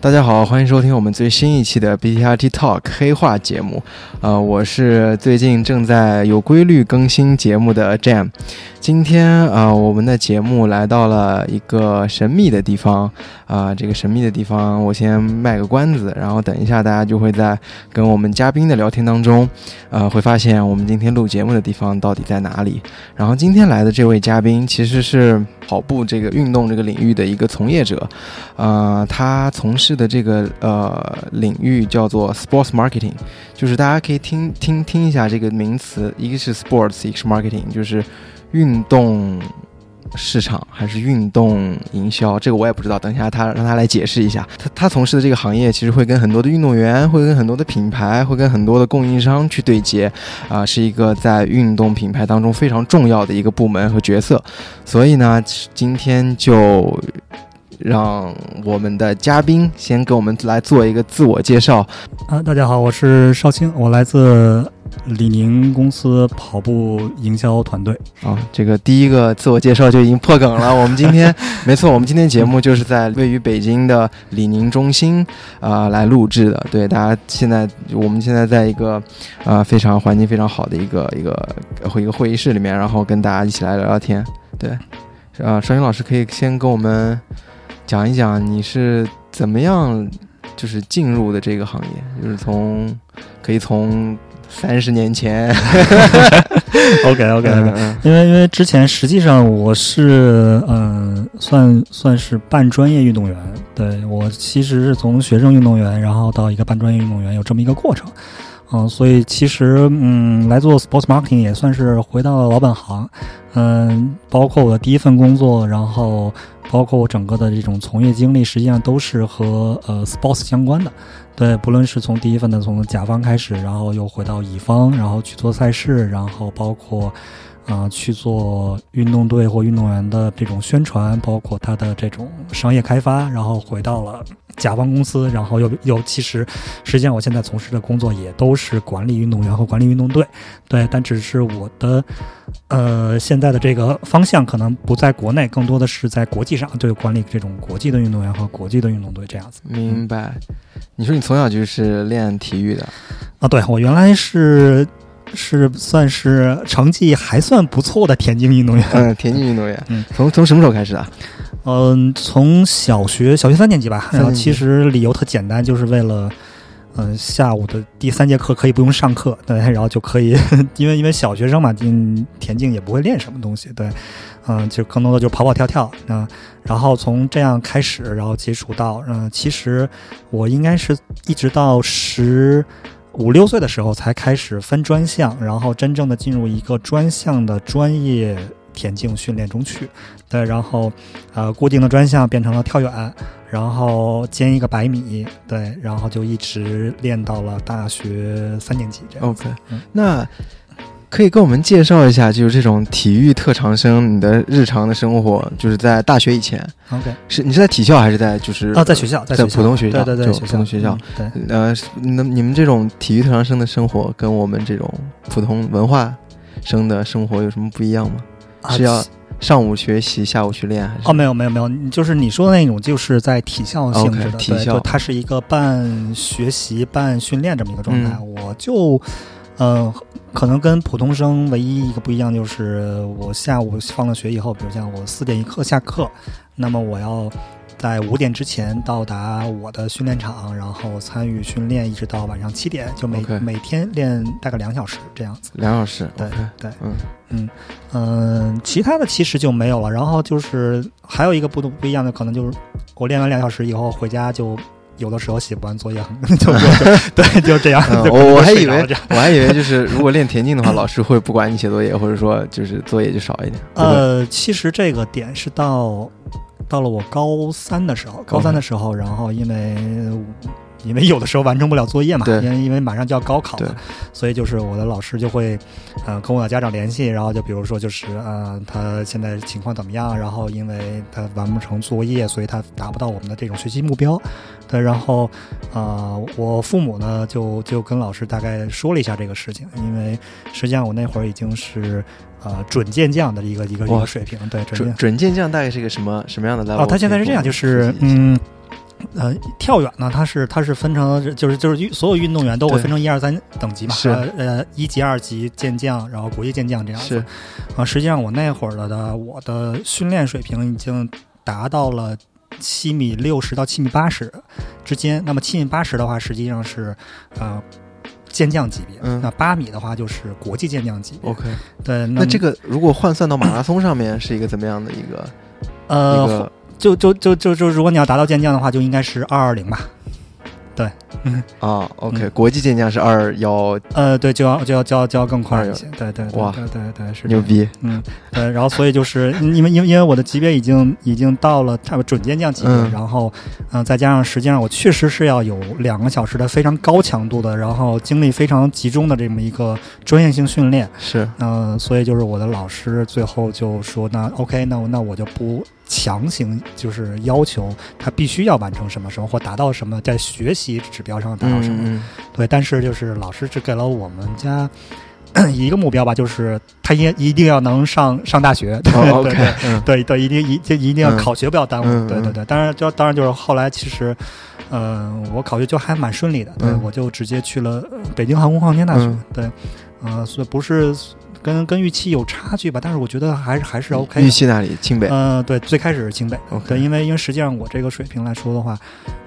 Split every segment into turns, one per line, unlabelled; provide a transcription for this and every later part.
大家好，欢迎收听我们最新一期的 BTRT Talk 黑话节目。呃，我是最近正在有规律更新节目的 Jam。今天啊、呃，我们的节目来到了一个神秘的地方啊、这个神秘的地方，我先卖个关子，然后等一下大家就会在跟我们嘉宾的聊天当中，呃，会发现我们今天录节目的地方到底在哪里。然后今天来的这位嘉宾其实是跑步这个运动这个领域的一个从业者，呃，他从事的这个呃领域叫做 sports marketing，就是大家可以听听听一下这个名词，一个是 sports，一个是 marketing，就是运动。市场还是运动营销，这个我也不知道。等一下他让他来解释一下。他他从事的这个行业其实会跟很多的运动员，会跟很多的品牌，会跟很多的供应商去对接，啊、是一个在运动品牌当中非常重要的一个部门和角色。所以呢，今天就让我们的嘉宾先给我们来做一个自我介绍。
啊，大家好，我是邵青，我来自李宁公司跑步营销团队。
啊，这个第一个自我介绍就已经破梗了。我们今天，没错，我们今天节目就是在位于北京的李宁中心啊、呃来录制的。对，大家现在我们现在在一个呃非常环境非常好的一个一个一个会议室里面，然后跟大家一起来聊聊天。对，呃，邵云老师可以先跟我们讲一讲你是怎么样就是进入的这个行业，就是从可以从三十年前
OK OK
嗯
OK，
嗯
因为因为之前实际上我是呃算算是半专业运动员，对我其实是从学生运动员，然后到一个半专业运动员，有这么一个过程。嗯、所以其实嗯，来做 sports marketing 也算是回到了老本行，嗯、包括我的第一份工作，然后包括我整个的这种从业经历，实际上都是和呃 sports 相关的。对，不论是从第一份的从甲方开始，然后又回到乙方，然后去做赛事，然后包括啊、去做运动队或运动员的这种宣传，包括他的这种商业开发，然后回到了甲方公司，然后又又其实实际上我现在从事的工作也都是管理运动员和管理运动队，对，但只是我的呃现在的这个方向可能不在国内，更多的是在国际上，对管理这种国际的运动员和国际的运动队这样子。
嗯明白。你说你从小就是练体育的，
啊，对我原来是是算是成绩还算不错的田径运动员。
嗯，田径运动员，
嗯
从从什么时候开始啊的？
嗯，从小学小学三年级吧，
三
然后
年级
其实理由特简单，就是为了。嗯，下午的第三节课可以不用上课，对，然后就可以， 因为因为小学生嘛，嗯，田径也不会练什么东西，对，嗯，就更多的就跑跑跳跳，嗯、然后从这样开始，然后接触到，嗯、其实我应该是一直到十五六岁的时候才开始分专项，然后真正的进入一个专项的专业田径训练中去，对，然后呃，固定的专项变成了跳远，然后兼一个百米，对，然后就一直练到了大学三年级这样。
OK，、
嗯
那可以跟我们介绍一下，就是这种体育特长生你的日常的生活，就是在大学以前
OK，
是你是在体校还是哦在就是
啊，在学校，在
在
学校
普通学校
对对
就
对，
普通学校
嗯对。
呃，是那你们这种体育特长生的生活跟我们这种普通文化生的生活有什么不一样吗？
啊
是要上午学习，下午去练还是？
哦，没有没有没有，你就是你说的那种，就是在体校性质的
OK，体
对，
校
就它是一个半学习半训练这么一个状态。
嗯
我就，呃，可能跟普通生唯一一个不一样就是，我下午放了学以后，比如像我四点一刻下课，那么我要。在五点之前到达我的训练场，然后参与训练，一直到晚上七点，就每
OK
每天练大概两小时这样子。
两小时。
对
OK，
对，
嗯
嗯，其他的其实就没有了。然后就是还有一个不同不一样的，可能就是我练完两小时以后回家就。有的时候写不完作业，就 就就对， 就这样。
嗯
就
我我还以
睡着了
为
这样
我还以为 就是如果练田径的话，老师会不管你写作业，或者说就是作业就少一点。不会，
呃，其实这个点是到到了我高三的时候，高三的时候，然后因为因为有的时候完成不了作业嘛，
对
因为因为马上就要高考
对
了，所以就是我的老师就会呃跟我的家长联系，然后就比如说就是呃他现在情况怎么样，然后因为他完不成作业，所以他达不到我们的这种学习目标，对，然后啊，我父母呢就就跟老师大概说了一下这个事情，因为实际上我那会儿已经是呃准健将的一个一个一
哇
个水平，对准
准
健。哦
准健将大概是一个什么什么样的 level？
哦，他现在是这样，就是嗯，呃，跳远呢，它是它是分成，就是就是运所有运动员都会
对
分成一二三等级嘛，
是
呃呃一级、二级健将，然后国际健将这样子
是
啊、实际上我那会儿的的我的训练水平已经达到了七米六十到七米八十之间。那么七米八十的话，实际上是呃健将级别，
嗯
那八米的话就是国际健将级别。
OK。
对，
那
那
这
个
个如果换算到马拉松上面，是一个怎么样的一个一
呃，
个
就就就就就如果你要达到健将的话，就应该是二二零吧。
啊？OK，
嗯
国际健将是二幺，
呃，对，就要就要就要就要更快
哎呦
一些，对对，对
哇
对对对是这
牛
样，
逼。
嗯，对，然后所以就是因为因为因为我的级别已经已经到了差不多准健将级别，
嗯
然后嗯、呃再加上实际上我确实是要有两个小时的非常高强度的，然后精力非常集中的这么一个专业性训练，
是
嗯、所以就是我的老师最后就说，那 OK，那我那我就不强行就是要求他必须要完成什么什么或达到什么，在学习指标上达到什么。
嗯嗯
对，但是就是老师只给了我们家一个目标吧，就是他也一定要能上上大学。 对、
哦
对
，OK，
对
嗯
对对，一定一这一定要
嗯
考学不要耽误。
嗯
对对
嗯
对，当然就当然就是后来其实，呃，我考学就还蛮顺利的，对、
嗯
我就直接去了呃北京航空航天大学。
嗯
对，呃，所以不是跟跟预期有差距吧，但是我觉得还是还是 OK 的。
玉溪那里，清北。
呃，对，最开始是清北，
OK
对，因为因为实际上我这个水平来说的话，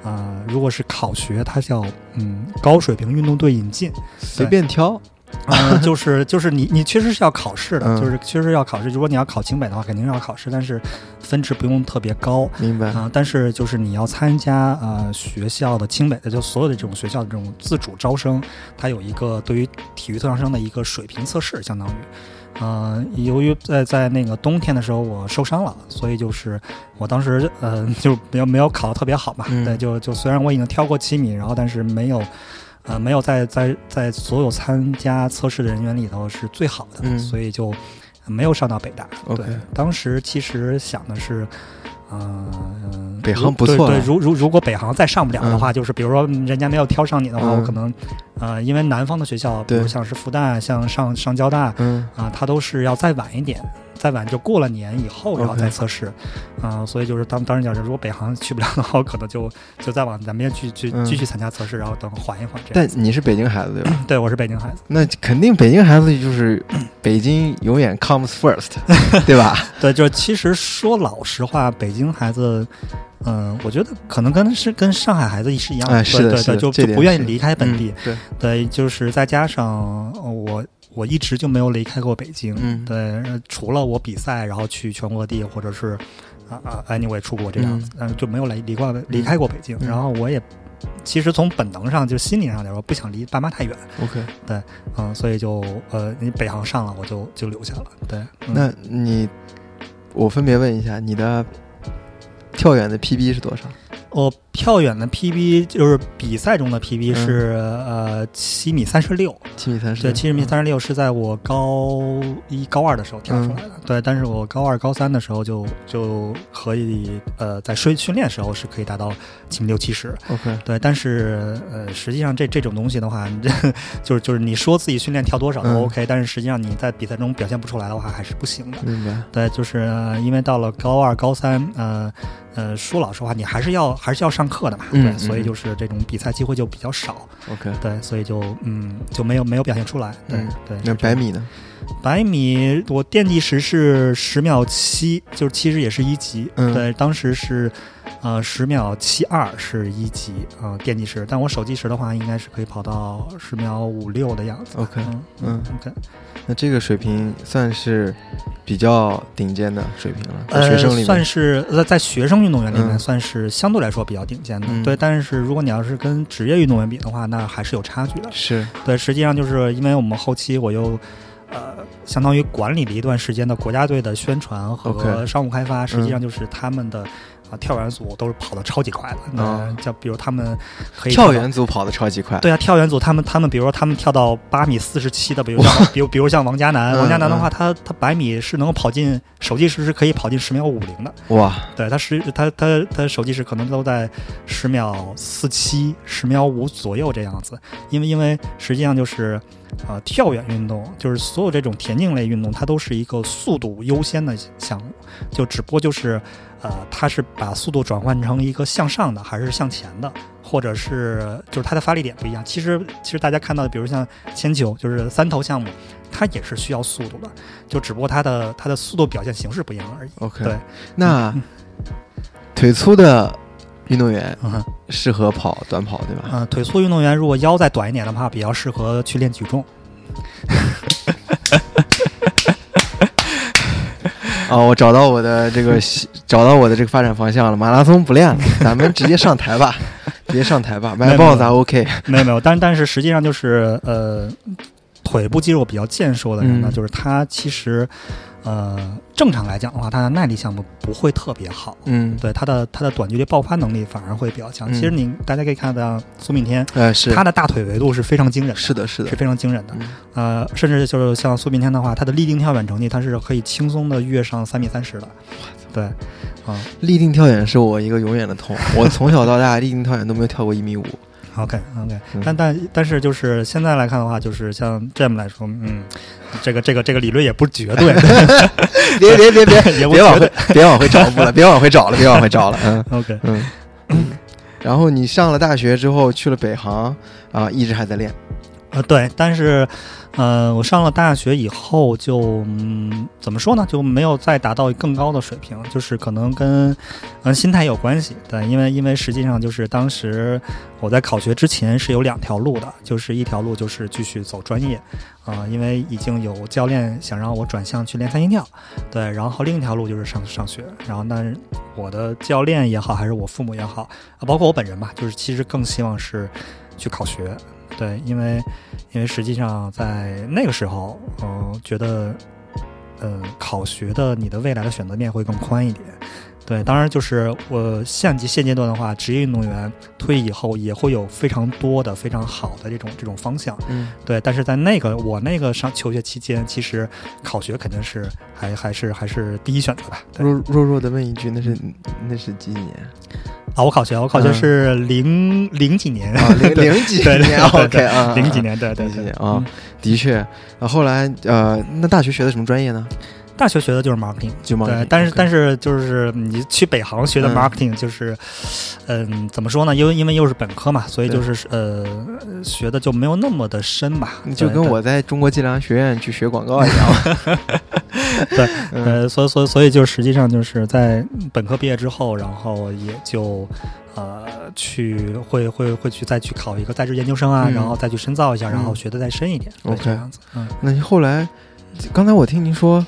呃，如果是考学，它叫嗯高水平运动队引进，
随便挑，
呃，就是就是你你确实是要考试的，
嗯
就是确实要考试。如果你要考清北的话，肯定是要考试，但是分值不用特别高。
明白
啊、？但是就是你要参加呃学校的清北的，就所有的这种学校的这种自主招生，它有一个对于体育特长生的一个水平测试，相当于。呃，由于在在那个冬天的时候我受伤了，所以就是我当时呃 就没有没有考得特别好嘛，
嗯
对，就就虽然我已经跳过七米，然后但是没有，呃没有在在在所有参加测试的人员里头是最好的，
嗯
所以就没有上到北大。
OK
对，当时其实想的是，嗯，
北
如
航不
对
错
对
了
如如如果北航再上不了的话，就是比如说人家没有挑上你的话，
嗯
我可能，呃，因为南方的学校，比
对
如像是复旦、像上上交大啊、
嗯，
它都是要再晚一点，再晚就过了年以后，然后
OK
再测试，啊、所以就是当当时讲是，如果北航去不了的话，我可能就就再往南边去去
嗯
继续参加测试，然后等缓一缓这样
但
子。
你是北京孩子对吧？
对，我是北京孩子，
那肯定北京孩子就是 北京永远 comes first，对 吧？
对，就是其实说老实话，北京孩子。嗯，我觉得可能跟是跟上海孩子是一样的，
哎是的
对对
是的
对，就
这
就
点
不愿意
是
离开本地，
嗯对，
对，就是再加上呃我，我一直就没有离开过北京。
嗯
对，呃除了我比赛，然后去全国各地，或者是啊啊，anyway 出国这样子，但是就没有来离过离开过北京。
嗯
然后我也其实从本能上，就心理上来说，不想离爸妈太远，
，OK。
嗯，所以就呃，你北航上了，我就就留下了。对，嗯、
那你，我分别问一下，你的跳远的 PB 是多少？
我跳哦远的 PB 就是比赛中的 PB
嗯
是、呃七米三十六，
七米三十？
对，七十米三十
嗯
六是在我高一、高二的时候跳出来的。对，但是我高二、高三的时候就就可以，呃，在训训练时候是可以达到七米六、七十。
OK，
对，但是呃，实际上这这种东西的话， 你这就是就是你说自己训练跳多少
嗯
都 OK，、但是实际上你在比赛中表现不出来的话，还是不行的。
明白。
对，就是、呃因为到了高二、高三，呃，呃，说老实话，你还是要还是要上课的嘛，
嗯
对，
嗯
所以
嗯
就是这种比赛机会就比较少。
OK，
对，所以就嗯就没有没有表现出来。对、
嗯那
对，是这
百
样
米呢？
百米，我电计时是十秒七，就是其实也是一级。
嗯
对，当时是呃十秒七二是一级啊、呃电计时，但我手计时的话应该是可以跑到十秒五六的样子。
OK
嗯
嗯
OK，
那这个水平算是比较顶尖的水平了，在学
呃
生里，面。
算是呃在学生运动员里面
嗯
算是相对来说比较顶尖的。
嗯
对，但是如果你要是跟职业运动员比的话，那还是有差距的。
是
对，实际上就是因为我们后期我又，呃，相当于管理了一段时间的国家队的宣传
OK 嗯
和商务开发，实际上就是他们的啊、跳远组都是跑得超级快的。那、
哦
像比如他们可以
跳
到
远。组跑得超级快，
对啊，跳远组他们他们，比如说他们跳到八米四十七的，比如像比如比如像王嘉男，
嗯
王嘉男的话，他他百米是能够跑进手计时是可以跑进十秒五零的，
哇，
对他十他他他手计时可能都在十秒四七、十秒五左右这样子，因为因为实际上就是，呃，跳远运动就是所有这种田径类运动，它都是一个速度优先的项目，就只不过就是。呃，它是把速度转换成一个向上的，还是向前的，或者是呃就是它的发力点不一样。其实其实大家看到的，比如像铅球，就是三头项目，它也是需要速度的，就只不过它的它的速度表现形式不一样而已。
OK，
对，
那
嗯
腿粗的运动员
嗯哼。
适合跑短跑，对吧？
呃，腿粗运动员如果腰再短一点的话，比较适合去练举重。
啊，我找到我的这 个找到我的这个发展方向了，马拉松不练了，咱们直接上台 吧，直接上台吧，
没
买
有
豹子还 OK，
没有没有，但但是实际上就是呃，腿部肌肉比较健硕的人呢，
嗯
就是他其实呃，正常来讲的话，他的耐力项目不会特别好。
嗯，
对他的他的短距离爆发能力反而会比较强。
嗯
其实你大家可以看到苏炳添，
呃，是
他的大腿维度是非常惊人的，
是的，是的
是，非常惊人的。
嗯
呃，甚至就是像苏炳添的话，他的立定跳远成绩，他是可以轻松的跃上三米三十的。对，啊、
立定跳远是我一个永远的 痛，我从小到大立定跳远都没有跳过一米五，
OK OK，
嗯
但但但是就是现在来看的话，就是像 Jam 来说，嗯，这个这个这个理论也不 绝对，
别别别别
也 不
别往
绝对
回。别往回找 补了，别往回找了，别往回找了，嗯
OK，
嗯。然后你上了大学之后去了北航啊，一直还在练，
呃对，但是呃，我上了大学以后就嗯，怎么说呢，就没有再达到更高的水平，就是可能跟嗯、呃心态有关系。对，因为因为实际上就是当时我在考学之前是有两条路的，就是一条路就是继续走专业，啊、因为已经有教练想让我转向去练三线跳，对，然后另一条路就是上上学，然后但是我的教练也好，还是我父母也好，啊，包括我本人吧，就是其实更希望是去考学，对，因为因为实际上在那个时候，嗯、觉得，呃，考学的你的未来的选择面会更宽一点。对，当然就是我现级现阶段的话，职业运动员退役以后也会有非常多的非常好的这种这种方向。
嗯
对，但是在那个我那个上求学期间，其实考学肯定是还还是还是第一选择吧。对
弱弱弱的问一句，那是那是几几年
啊，我考学，我考学
嗯
是零、零几年，
啊？零零几
对对
年
对
？OK 啊，
零几年，对对
零几
对
年啊，的确。啊，后来呃，那大学学的什么专业呢？
大学学的就是 marketing。
就忙。
对，但是但
是
是就是你去北航学的
嗯
marketing，就是，嗯、怎么说呢？因为因为又是本科嘛，所以
对
就是呃，学的就没有那么的深吧。
就
对
跟
对
我在中国计量学院去学广告一 样。
对，
嗯
呃，所以所以所以就实际上就是在本科毕业之后，然后也就呃去会会会去再去考一个在职研究生啊，
嗯
然后再去深造一下，然后
嗯
学的再深一点，对
OK
这样子。嗯，
那你后来，刚才我听您说，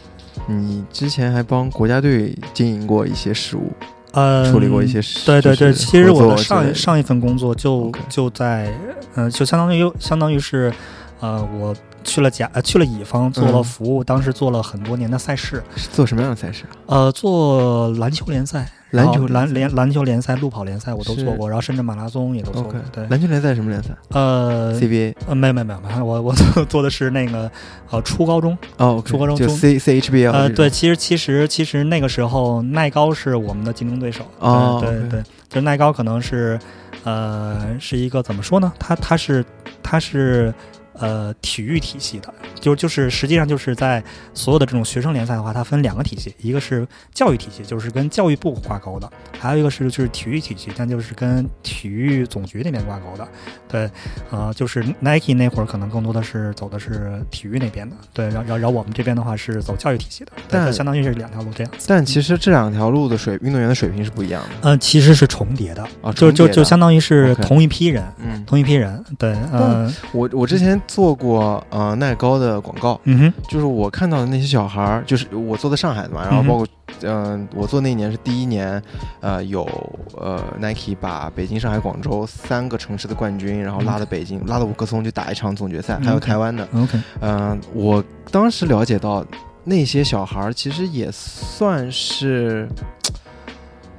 你之前还帮国家队经营过一些事务，
呃，
处理过一些事。
对对
就
对，
是
其实
合作
我
之
的
类
上
的
上一份工作就
OK
就在，嗯、就相当于相当于是，呃，我去了甲呃去了乙方做了
嗯
服务，当时做了很多年的赛事，
是做什么样的赛事啊？
呃，做篮球联赛，
篮
然后
球
篮联篮球联赛、路跑联赛我都
是
做过，然后甚至马拉松也都做过
OK，。
对，
篮球联赛什么联赛
呃，
？CBA
呃没有没有没有，我我做做的是那个呃初高中，
哦，OK，
初高中
就
中
C CHBL
呃，
这种
对，，其实其实其实那个时候耐高是我们的竞争对手，对
哦
对
OK
对，就是耐高可能是，呃，是一个怎么说呢？它它是它是呃体育体系的，就就是实际上就是在所有的这种学生联赛的话，它分两个体系，一个是教育体系，就是跟教育部挂钩的，还有一个是就是体育体系，但就是跟体育总局那边挂钩的，对，呃，就是 Nike 那会儿可能更多的是走的是体育那边的，对，然后然后然后我们这边的话是走教育体系的，对，
但
它相当于是两条路这样子。
但其实这两条路的水运动员的水平是不一样的
嗯、其实是重叠的，
啊，
呃
重
就
叠
就
的
就相当于是
OK
同一批人，
嗯，
同一批人，对，呃，
我我之前做过呃耐高的广告，
嗯哼，
就是我看到的那些小孩儿，就是我做的上海的嘛，然后
嗯哼
包括，嗯、我做那年是第一年，呃，有呃 Nike 把北京、上海、广州三个城市的冠军，然后拉到北京，拉到五棵松去打一场总决赛，
嗯
还有台湾的，
OK，
嗯、我当时了解到那些小孩儿其实也算是。呃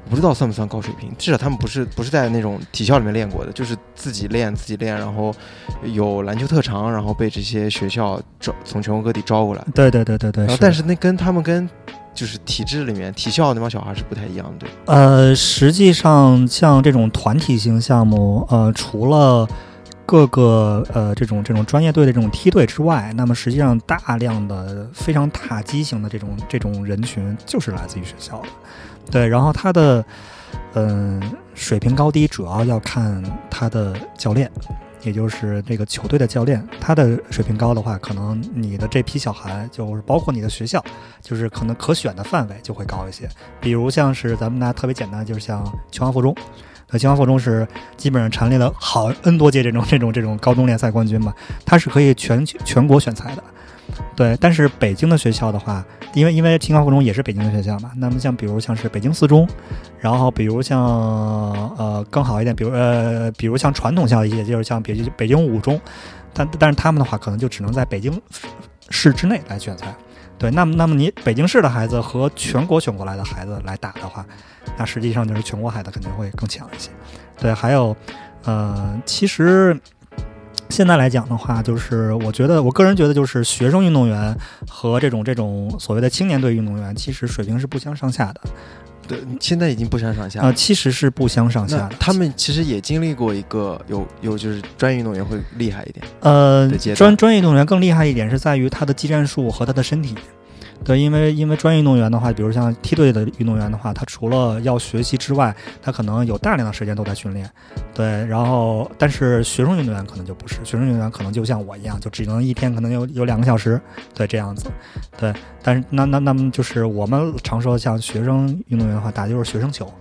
不知道算不算高水平，至少他们不是不是在那种体校里面练过的，就是自己练自己练，然后有篮球特长，然后被这些学校招从全国各地招过来，
对对对对对，
然后
嗯的
但是那跟他们跟就是体制里面体校那帮小孩是不太一样的，对吧
呃，实际上像这种团体性项目，呃，除了各个呃这种这种专业队的这种梯队之外，那么实际上大量的非常塔基型的这种这种人群就是来自于学校的，对，然后他的嗯、水平高低主要要看他的教练。也就是这个球队的教练，他的水平高的话，可能你的这批小孩，就是包括你的学校，就是可能可选的范围就会高一些。比如像是咱们拿特别简单，就是像秦皇附中，呃，秦皇附中是基本上蝉联了好 N 多届这种这种这种高中联赛冠军吧，它是可以全全国选材的。对，但是北京的学校的话，因为因为秦皇附中也是北京的学校嘛，那么像比如像是北京四中，然后比如像呃更好一点，比如呃比如像传统校一些，就是像北京北京五中，但但是他们的话可能就只能在北京市之内来选材。对，那么那么你北京市的孩子和全国选过来的孩子来打的话，那实际上就是全国孩子肯定会更强一些。对，还有呃，其实现在来讲的话，就是我觉得我个人觉得就是学生运动员和这种这种所谓的青年队运动员，其实水平是不相上下的。
对，
嗯
现在已经不相上下
呃，其实是不相上下
那
的。
他们其实也经历过一个有有就是专业运动员会厉害一点，
呃
的阶，段
专专业运动员更厉害一点是在于他的技战术和他的身体。对，因为因为专业运动员的话，比如像梯队的运动员的话，他除了要学习之外，他可能有大量的时间都在训练。对，然后但是学生运动员可能就不是，学生运动员可能就像我一样，就只能一天可能有有两个小时，对这样子。对，但是那那那么就是我们常说像学生运动员的话，打的就是学生球，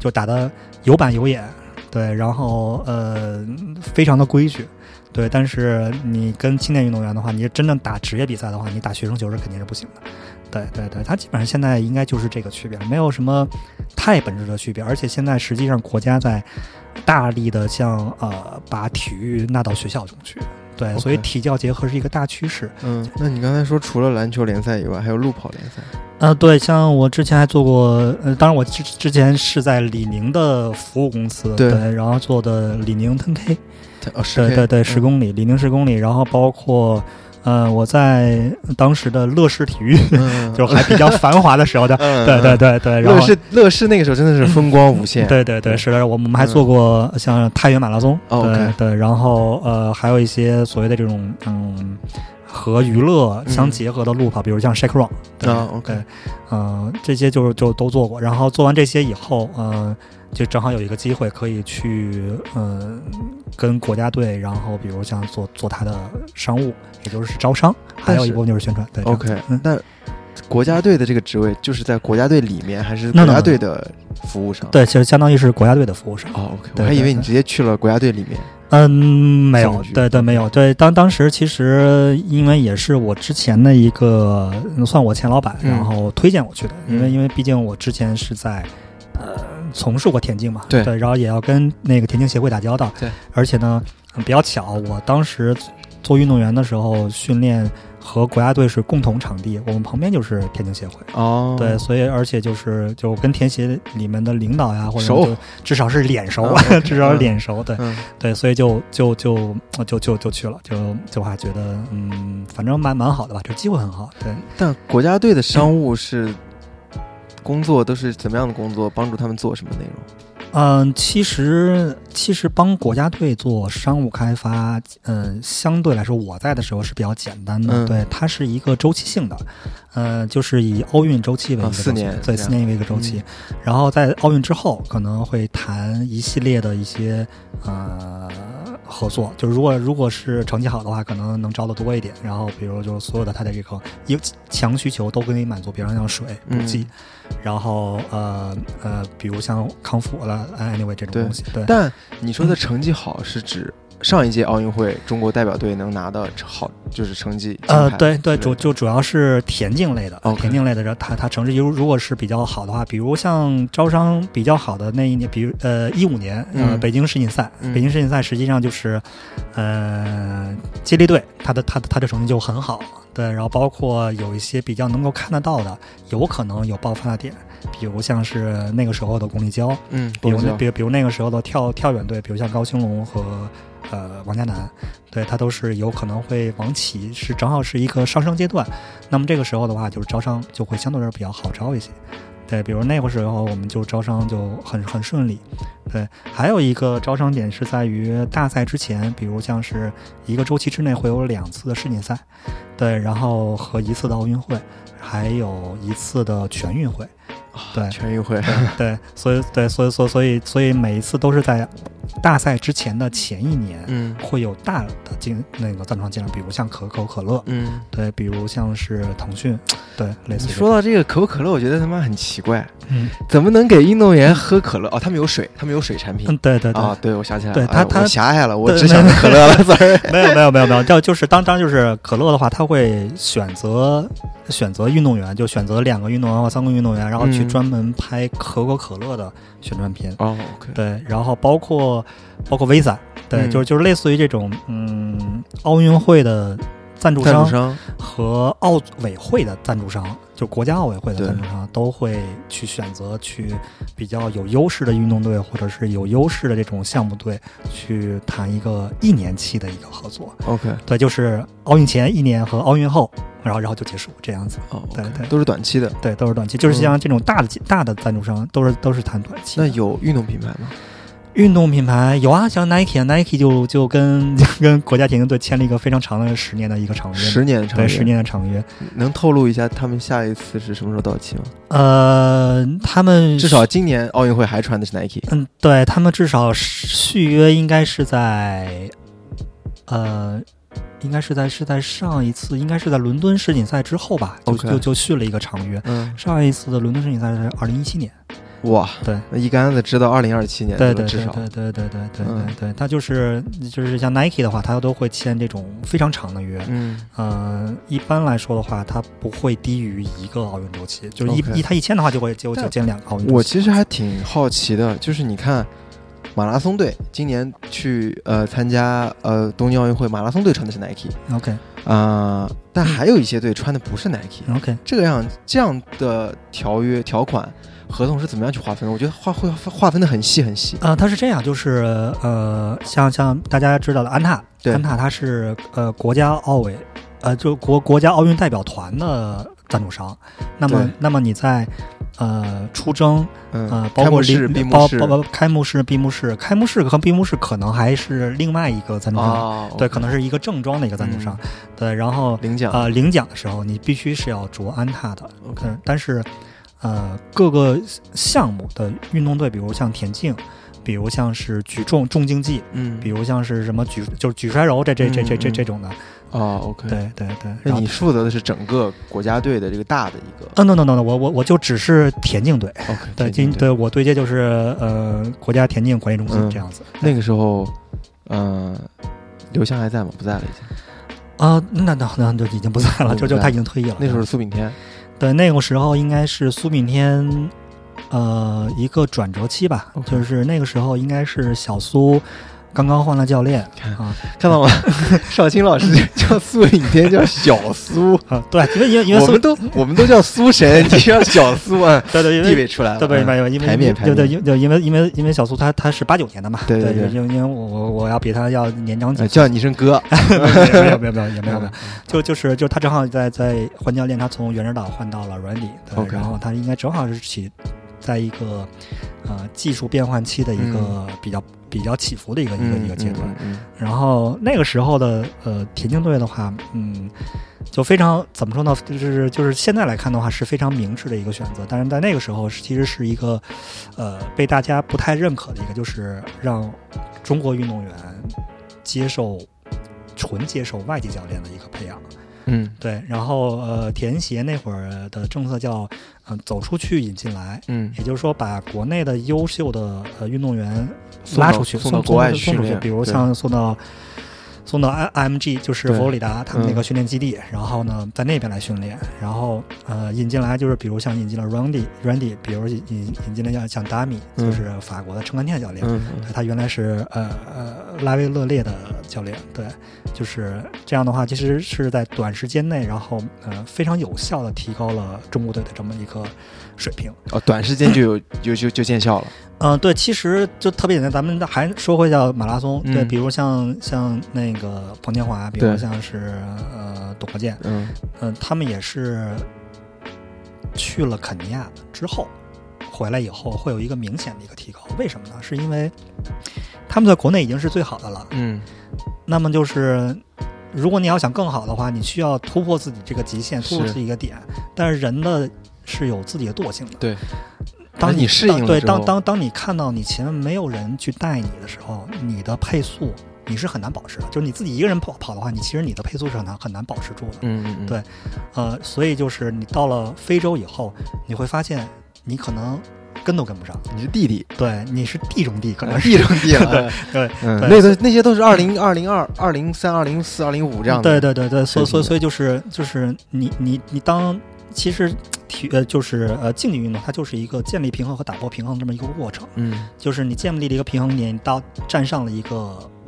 就打的有板有眼，对，然后呃非常的规矩。对，但是你跟青年运动员的话，你真正打职业比赛的话，你打学生球是肯定是不行的。对对对，他基本上现在应该就是这个区别，没有什么太本质的区别。而且现在实际上国家在大力的向呃把体育纳到学校中去，对
OK
所以体教结合是一个大趋势。
嗯，那你刚才说除了篮球联赛以外，还有路跑联赛，
呃，对，像我之前还做过，呃，当然我之之前是在李宁的服务公司，
对
然后做的李宁 10K，
它哦，10K
对对对，
嗯
十公里，李宁十公里，然后包括呃，我在当时的乐视体育，
嗯，
就还比较繁华的时候的，
嗯
对对，对对，
嗯
然
乐
后
视乐视那个时候真的是风光无限，
对对对，是的，我们我们还做过像太原马拉松，
嗯哦
对
OK
对，然后呃，还有一些所谓的这种嗯和娱乐相结合的路跑，比如像 Shake Run，对
啊，OK
对，呃，这些就就都做过，然后做完这些以后，呃，就正好有一个机会可以去呃跟国家队，然后比如像做做他的商务，也就是招商，还有一部分就是宣传，对这样子
OK，
嗯
那国家队的这个职位就是在国家队里面，还是
那
国
那
家队的服务上？
对，其实相当于是国家队的服务商。
哦，OK，我
对
还以为
对
你
对
直接去了国家队里面。
嗯，没
送
有
去，
对对，没有，对当当时其实因为也是我之前的一个嗯算我前老板，
嗯
然后推荐我去的，因为
嗯
因为毕竟我之前是在呃从事过田径嘛，
对
然后也要跟那个田径协会打交道，
对，
而且呢嗯比较巧，我当时做运动员的时候训练和国家队是共同场地，我们旁边就是田径协会。
哦，
对，，所以而且就是就跟田协里面的领导呀，或者
熟
就至少是脸熟，
啊，OK，
至少是
嗯
脸熟，对，
嗯，
对，所以就就就就就就去了，就就还觉得嗯，反正蛮蛮好的吧，这机会很好。对，
但国家队的商务是工作都是怎么样的工作？帮助他们做什么内容？
嗯，其实其实帮国家队做商务开发，嗯，相对来说我在的时候是比较简单的，
嗯
对，它是一个周期性的，呃，就是以奥运周期为一
啊
个周期、
四年
对，
这样嗯
四年为一个周期，然后在奥运之后可能会谈一系列的一些呃合作，就是如果如果是成绩好的话，可能能招的多一点，然后比如就是所有的他的这个一个强需求都给你满足，比如像水补
嗯
给。然后呃呃，比如像康复了，anyway 哎这种
对
东西，对
但你说的成绩好是指上一届奥运会中国代表队能拿到好就是成绩金
呃
牌
对对，
之类
主
的
就主要是田径类的呃
OK
田径类的，然后它它成绩如如果是比较好的话，比如像招商比较好的那一年，比如呃一五年呃
嗯
北京世锦赛，
嗯
北京世锦赛实际上就是呃接力队，它的它的它的成绩就很好，对，然后包括有一些比较能够看得到的，有可能有爆发的点，比如像是那个时候的巩立姣。
嗯，
比如那
那
比如比如那个时候的跳跳远队，比如像高兴龙和呃王嘉男，对他都是有可能会王琦是正好是一个上升阶段，那么这个时候的话，就是招商就会相对来说比较好招一些。对，比如那会儿时候我们就招商就很很顺利。对，还有一个招商点是在于大赛之前，比如像是一个周期之内会有两次的世锦赛，对，然后和一次的奥运会，还有一次的全运会。对
啊全运会，
对，所以对，所以所以所以所以每一次都是在大赛之前的前一年。
嗯
会有大的进那个赞助商进来，比如像可口可乐，
嗯。
对，比如像是腾讯，对，类似
你
于
说，到这个可口可乐，我觉得他妈很奇怪，
嗯
怎么能给运动员喝可乐？哦，他们有水，他们有水产品
嗯，对对对，
啊。对，我想起来了，
对他
哎
他
我狭隘了，我
对
只想着可乐了。sorry
没有没有没有没有，就就是当当就是可乐的话，他会选择选择运动员，就选择两个运动员或三个运动员，然后去
嗯
专门拍可口可乐的宣传片。
哦，OK，
对，然后包括包括 Visa，对，
嗯
就是就是类似于这种嗯奥运会的赞助商
商
和奥委会的赞助商，就国家奥委会的
对
赞助商都会去选择去比较有优势的运动队或者是有优势的这种项目队去谈一个一年期的一个合作。
，OK，
对，就是奥运前一年和奥运后，然后然后就结束这样子。
哦，
对对
都是短期的。
对，都是短期，就
嗯
是像这种大的、大的赞助商都是都是谈短期
那
的。
有运动品牌吗？
运动品牌有啊，像 Nike 啊，Nike 就就跟 就跟国家田径队签了一个非常长的十年的一个长约，
哦十年长
对
约，
十年的长约。
能透露一下他们下一次是什么时候到期吗？
呃，他们
至少今年奥运会还穿的是 Nike。
嗯，对他们至少续约应该是在，呃，应该是在是在上一次，应该是在伦敦世锦赛之后吧，就
OK
就就续了一个长约。
嗯，
上一次的伦敦世锦赛是二零一七年，
哇，
对，
那一竿子知道二零二七年
对
了，
对
至
对
少
对对对对对
嗯
对对，他就是就是像 Nike 的话，他都会签这种非常长的约，
嗯
呃，一般来说的话，它不会低于一个奥运周期，就是一
OK
一它一签的话就会就
但
就签两个奥运周期。
我其实还挺好奇的，就是你看马拉松队今年去呃参加呃东京奥运会，马拉松队穿的是 Nike，
OK 嗯
啊、呃，但还有一些队穿的不是 Nike，、
OK，
这个样这样的条约条款合同是怎么样去划分的？我觉得划会划分的很细很细。
呃，它是这样，就是呃，像像大家知道的安踏，
对
安踏它是呃国家奥委，呃就国国家奥运代表团的赞助商。那么
对
那么你在呃出征
嗯，
呃，包
开
括
幕式、
临
闭幕
包
式
包包开幕式、闭幕式、开幕式和闭幕式可能还是另外一个赞助商，
啊，
对，可能是一个正装的一个赞助
嗯
商，对，然后。
领奖
呃，领奖的时候你必须是要着安踏的，
OK
嗯，但是，呃，各个项目的运动队，比如像田径，比如像是举重重竞技，
嗯，
比如像是什么举就是举摔柔这这这这这
嗯嗯
这种的，
哦，OK，
对对对。
那
然后
你负责的是整个国家队的这个大的一个
啊，no no no no，我我我就只是田径队，
OK，
呃对，
田径
今
队
对我对接就是呃国家田径管理中心
嗯
这样子。
那个时候，嗯、刘翔还在吗？不在了，已经。
啊，那那那就已经不在了，
哦
就
不
就
在
他已经退役了。
那时候是苏炳添，
对，那个时候应该是苏炳添，呃，一个转折期吧
OK
就是那个时候应该是小苏刚刚换了教练
看
啊
看到吗？ 少卿老师叫苏炳添，叫小苏，
啊，对，因为 因为因为
我
苏
们都我们都叫苏神，你叫小苏啊，
对 对因
地
为。
位出来了，
对对，因
嗯
为因为
排面排
对对，
面
因对因为因为因为小苏他他是八九年的嘛，
对对
对
对
因为因为我我我要比他要年长几
呃
岁，
叫你一声哥，
没有没有没有也没有没有，
嗯
就就是就是他正好在在换教练，他从袁指导换到了软底，对
OK
然后他应该正好是起在一个呃技术变换期的一个比较、比较起伏的一个一个、一个阶段。，
嗯嗯嗯
然后呃那个时候的呃田径队的话，嗯，就非常怎么说呢，就是就是现在来看的话是非常明智的一个选择，但是在那个时候是其实是一个呃被大家不太认可的一个，就是让中国运动员接受纯接受外籍教练的一个培养。
嗯
对，然后呃，田协那会儿的政策叫，嗯、走出去引进来，
嗯
也就是说把国内的优秀的呃运动员
送到
拉出去，
送
送
到国外
送
去
送出
训
去，
练
比如
对
像送到送到 I M G，就是
对
佛罗里达他们那
嗯
个训练基地，然后呢在那边来训练，然后呃引进来就是比如像引进了 Randy Randy，比如引引引进了像像 Dami，就
嗯
是法国的撑杆跳教练，
嗯
对他原来是呃呃拉维勒列的教练，对，就是这样的话，其实是在短时间内，然后呃非常有效的提高了中国队的这么一个水平。
哦，短时间就有就就就见效了，
嗯、对，其实就特别简单，咱们还说回到马拉松，
嗯
对，比如像像那个彭天华，比如
对
像是呃董国建，
嗯
嗯、他们也是。去了肯尼亚之后，回来以后会有一个明显的一个提高。为什么呢？是因为他们在国内已经是最好的了。
嗯
那么就是，如果你要想更好的话，你需要突破自己这个极限，
是
突破自己一个点。但是人的是有自己的惰性的。
对，
当
那你适应了
当对，
之后
当当当你看到你前面没有人去带你的时候，你的配速你是很难保持的。就是你自己一个人跑跑的话，你其实你的配速是很难很难保持住的。
嗯嗯嗯，
对呃，所以就是你到了非洲以后，你会发现你可能跟都跟不上。
你是弟弟，
对，你是地中地，可能是
弟中弟了，
对
嗯，
对
那都那些都是二零二零二、二零三、二零四、二零五这样的，
对对对对，所以
水平
所
的
以所以就是就是你你你当其实体呃就是呃竞技运动，它就是一个建立平衡和打破平衡这么一个过程，
嗯
就是你建立了一个平衡点，你到站上了一个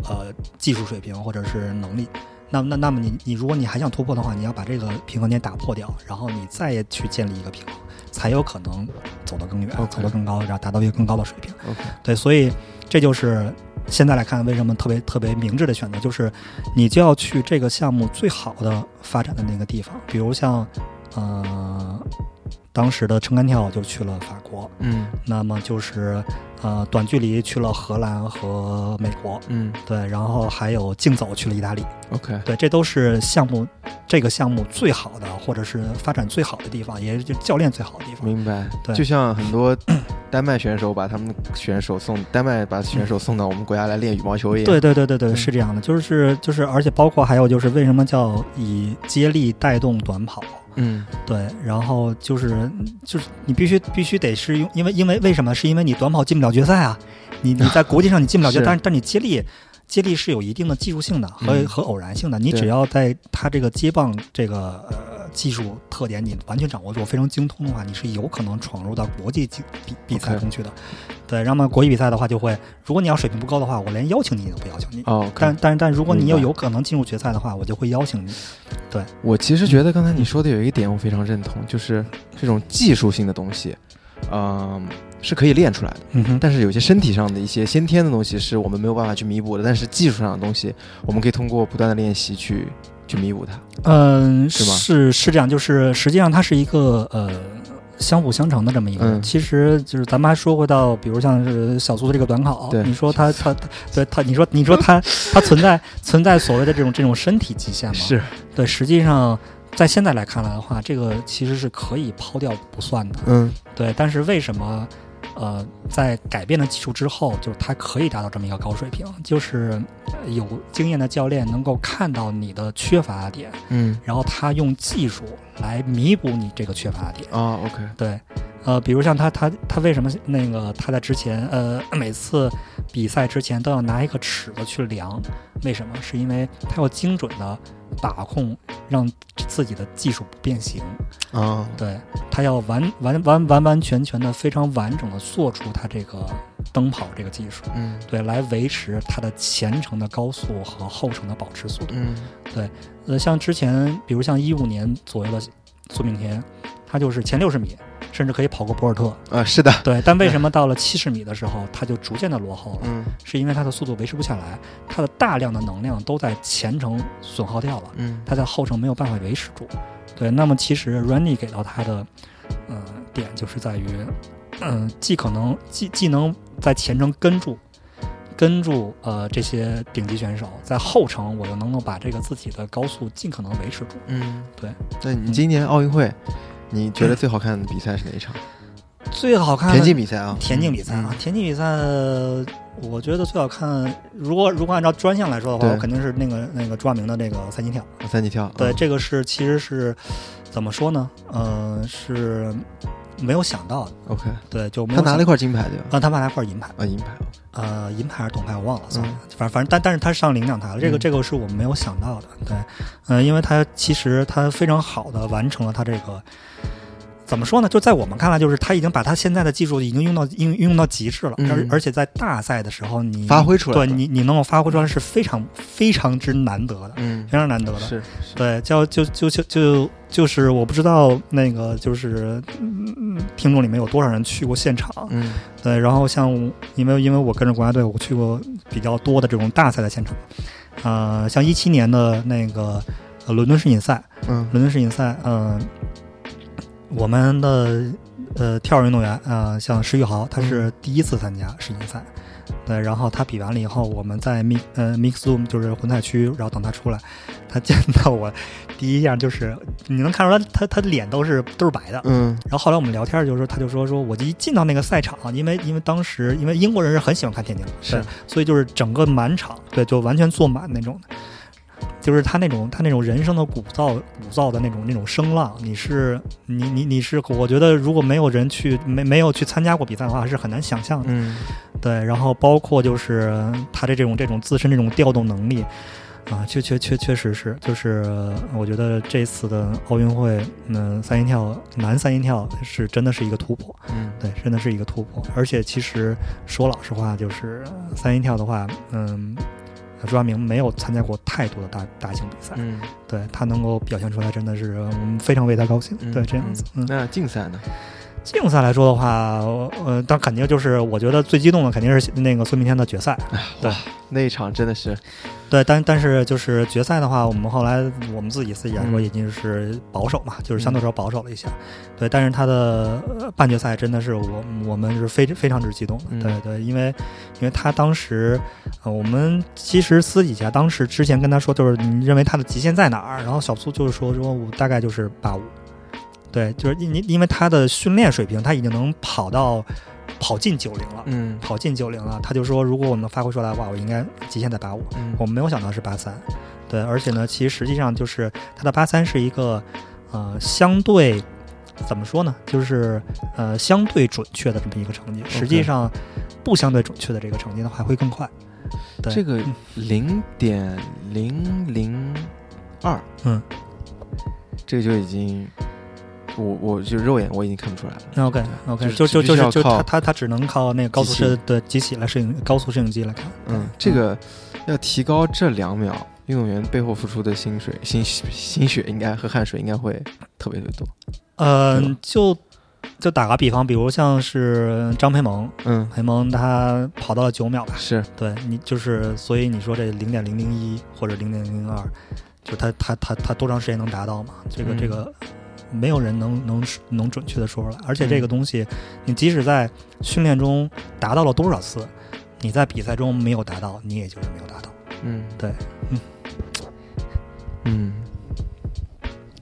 呃技术水平或者是能力。那那那么你你如果你还想突破的话，你要把这个平衡点打破掉，然后你再去建立一个平衡，才有可能走得更远
OK
走得更高，然后达到一个更高的水平。
，OK，
对，所以这就是现在来看为什么特别特别明智的选择，就是你就要去这个项目最好的发展的那个地方，比如像呃当时的撑杆跳就去了法国，
嗯
那么就是呃短距离去了荷兰和美国。
嗯
对，然后还有竞走去了意大利，
，OK，
对，这都是项目这个项目最好的，或者是发展最好的地方，也就是教练最好的地方。
明白。
对
就像很多 丹麦选手把他们选手送丹麦把选手送到我们国家来练羽毛球也，
对对对对对，
嗯
是这样的，就是就是，而且包括还有就是，为什么叫以接力带动短跑？
嗯
对，然后就是就是你必须必须得是用，因为因为为什么？是因为你短跑进不了决赛啊，你你在国际上你进不了 决
是
赛，但是但你接力。接力是有一定的技术性的和、
嗯
和偶然性的，你
对
只要在它这个接棒这个呃技术特点你完全掌握住，非常精通的话，你是有可能闯入到国际竞比比赛
OK
中去的。对，那么国际比赛的话，就会如果你要水平不高的话，我连邀请你都不邀请你。
哦，OK，
但但但如果你要
明白
有可能进入决赛的话，我就会邀请你。
我其实觉得刚才你说的有一个点我非常认同，就是这种技术性的东西，嗯、是可以练出来的。
嗯哼，
但是有些身体上的一些先天的东西是我们没有办法去弥补的，但是技术上的东西，我们可以通过不断的练习去去弥补它。
嗯，
是吗
是是这样，就是实际上它是一个呃相辅相成的这么一个。
嗯
其实就是咱们还说回到，比如像是小苏的这个短考，
对
你说它它它对它，你说你 说它它存在存在所谓的这种这种身体极限吗？，对，实际上。在现在来看来的话，这个其实是可以抛掉不算的，
嗯，
对。但是为什么，呃，在改变了技术之后，就是它可以达到这么一个高水平？就是呃有经验的教练能够看到你的缺乏点，
嗯，
然后他用技术来弥补你这个缺乏点。
啊，OK，
对，呃，比如像他他他为什么那个他在之前呃每次比赛之前都要拿一个尺子去量，为什么？是因为他要精准的把控，让自己的技术不变形。
啊，
对他要完完完完完全全的非常完整的做出他这个灯跑这个技术，
嗯
对，来维持他的前程的高速和后程的保持速度。
嗯
呃，像之前，比如像一五年左右的苏炳添，他就是前六十米，甚至可以跑过博尔特。
啊，是的，
对，但为什么到了七十米的时候，他就逐渐的落后了？
嗯
是因为他的速度维持不下来，他的大量的能量都在前程损耗掉了，
嗯
他在后程没有办法维持住。对，那么其实 Randy 给到他的，呃，点就是在于，嗯、既可能既既能在前程跟住，跟住呃这些顶级选手，在后程我又能够把这个自己的高速尽可能维持住。
嗯，
对。
那你今年奥运会，你觉得最好看的比赛是哪一场？
最好看
田径比赛啊，
田径比赛啊，田径比赛，我觉得最好看。如果如果按照专项来说的话，
对
我肯定是那个那个朱亚明的那个三级跳。
嗯，三级跳，
对，
嗯，
这个是其实是怎么说呢？呃，是没有想到的。
，OK，
对，就没
他
有
拿了一
想
块金牌对吧？
啊，他拿了一块银牌，
啊，银牌，
呃，银牌还是铜牌我忘了，
嗯
算了，反正反正但但是他上领奖台了，这个
嗯
这个是我们没有想到的，对，嗯、因为他其实他非常好的完成了他这个。怎么说呢？就在我们看来，就是他已经把他现在的技术已经用到应应用到极致了，
嗯
而、而且在大赛的时候你
发挥出来了
对你你能够发挥出来是非常非常之难得的，
嗯
非，常难得的。
是是，
对，叫就就就就就是我不知道那个就是嗯听众里面有多少人去过现场，
嗯
对，然后像我因为因为我跟着国家队，我去过比较多的这种大赛的现场，呃，像一七年的那个呃伦敦世锦赛，
嗯
伦敦世锦赛，嗯、我们的呃跳水运动员啊、呃像石宇豪，他是第一次参加世锦赛，对，然后他比完了以后，我们在 mix 呃 mix zoom 就是混赛区，然后等他出来，他见到我第一样就是你能看出来他他的脸都是都是白的，
嗯
然后后来我们聊天，就是说他就说说，我一进到那个赛场，因为因为当时因为英国人是很喜欢看田径的，
是
对，所以就是整个满场，对，就完全坐满那种的，就是他那种他那种人声的鼓噪鼓噪的那种那种声浪，你是你你你是，我觉得如果没有人去没没有去参加过比赛的话，是很难想象的。
嗯
对，然后包括就是他的这种这种自身这种调动能力，啊，确确确确实是，就是呃我觉得这次的奥运会，嗯，三线跳男三线跳是真的是一个突破，
嗯
对，真的是一个突破。而且其实说老实话，就是呃三线跳的话，嗯，朱亚明没有参加过太多的大大型比赛，
嗯，
对他能够表现出来，真的是呃我们非常为他高兴。
嗯
对，这样子，嗯。
那竞赛呢？
竞赛来说的话，呃，但肯定就是我觉得最激动的肯定是那个孙明天的决赛，
那一场真的是，
对，但但是就是决赛的话，我们后来我们自己自己来说，
嗯
已经是保守嘛，就是相对来说保守了一下。对，但是他的呃半决赛真的是我我们是非非常之激动的。
嗯
对对，因为因为他当时，呃，我们其实私底下当时之前跟他说，就是你认为他的极限在哪儿？然后小苏就是说说我大概就是八五，对，就是因因因为他的训练水平，他已经能跑到跑进九零了。
嗯
跑进九零了，他就说，如果我能发挥出来的话，我应该极限在八五。
嗯
我没有想到是八三，对，而且呢，其实实际上就是它的八三是一个呃相对怎么说呢，就是呃相对准确的这么一个成绩，实际上不相对准确的这个成绩的话会更快。对，
这个
嗯
零点零零二，
嗯，
这就已经，我我就肉眼我已经看不出来了。
那 OK OK，
就
就是就
必须
就
要
是就
靠
它它它只能靠那个高速
机器
摄的机器来摄影高速摄影机来看。
嗯，这个要提高这两秒，运动员背后付出的薪水、心心血应该和汗水应该会特别特别多。对
嗯，就就打个比方，比如像是张培萌，
嗯，
培萌他跑到了九秒吧，
是，
对你就是，所以你说这零点零零一或者零点零零二，就是他他他他多长时间能达到嘛？这个、
嗯
这个，没有人能能能准确的说出来。而且
嗯
这个东西，你即使在训练中达到了多少次，你在比赛中没有达到，你也就是没有达到。
嗯，
对，
嗯嗯。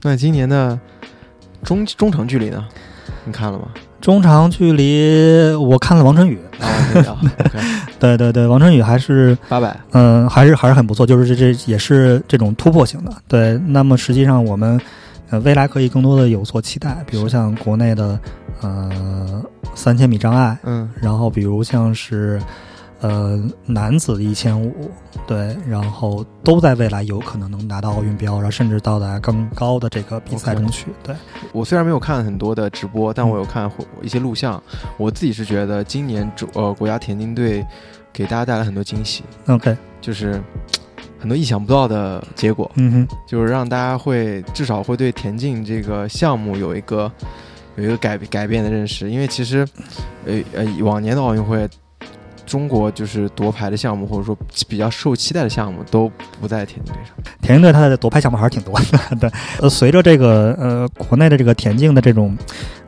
那今年的中中长距离呢？你看了吗？
中长距离，我看了王晨宇，
啊，没有 OK，
对对对，王晨宇还是
八百，
嗯，还是还是很不错，就是这这也是这种突破型的。对，那么实际上我们呃未来可以更多的有所期待，比如像国内的呃三千米障碍，
嗯
然后比如像是呃男子一千五，对，然后都在未来有可能能拿到奥运标，然后甚至到达更高的这个比赛中去。对，
我虽然没有看很多的直播，但我有看回一些录像。我自己是觉得今年主呃国家田径队给大家带来很多惊喜，
OK，
就是很多意想不到的结果，
嗯哼，
就是让大家会至少会对田径这个项目有一个有一个改改变的认识。因为其实呃呃往年的奥运会。中国就是夺牌的项目，或者说比较受期待的项目，都不在田径队上。
田径队它的夺牌项目还是挺多的。 对，呃，随着这个呃国内的这个田径的这种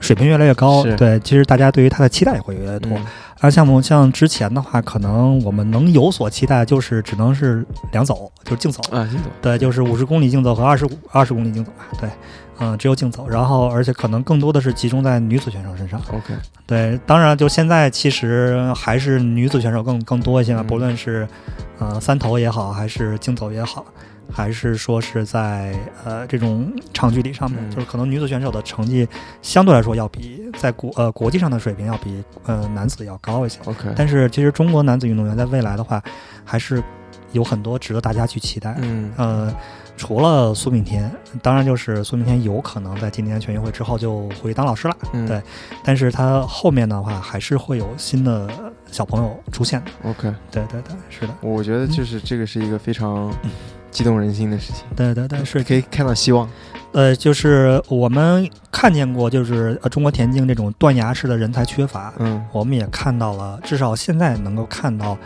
水平越来越高
是，
对，其实大家对于它的期待也会越来越多。
嗯
而项目像之前的话，可能我们能有所期待，就是只能是两走，就是竞走。
啊，金总，
对，就是五十公里竞走和二十五二十公里竞走吧。对，嗯、只有竞走，然后而且可能更多的是集中在女子选手身上。
OK，
对，当然就现在其实还是女子选手更更多一些嘛，
嗯
不论是呃三头也好，还是竞走也好，还是说是在呃这种长距离上面，
嗯
就是可能女子选手的成绩相对来说要比在国呃国际上的水平要比呃男子要高一些。
OK，
但是其实中国男子运动员在未来的话，还是有很多值得大家去期待。
嗯
呃，除了苏炳添，当然就是苏炳添有可能在今年全运会之后就回去当老师了，
嗯
对但是他后面的话还是会有新的小朋友出现的。
，OK，
对对对，是的，
我觉得就是这个是一个非常激动人心的事情，
对对对嗯是
可以看到希望。
呃，就是我们看见过，就是呃中国田径这种断崖式的人才缺乏，
嗯
我们也看到了，至少现在能够看到，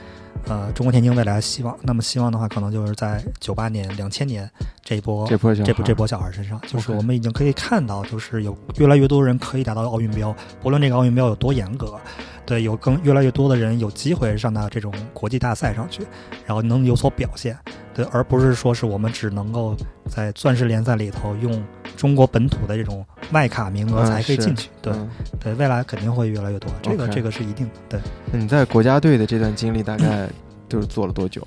呃中国田径未来希望。那么希望的话，可能就是在九八年、两千年这一波
这波小
哦这波
孩
这波小孩身上，就是
OK
我们已经可以看到，就是有越来越多人可以达到奥运标，不论这个奥运标有多严格，对，有更越来越多的人有机会上到这种国际大赛上去，然后能有所表现，对，而不是说是我们只能够在钻石联赛里头用中国本土的这种外卡名额
嗯
才可以
是
进去，对
嗯
对，未来肯定会越来越多，这个
OK
这个是一定的，对。
那你在国家队的这段经历大概就是做了多久？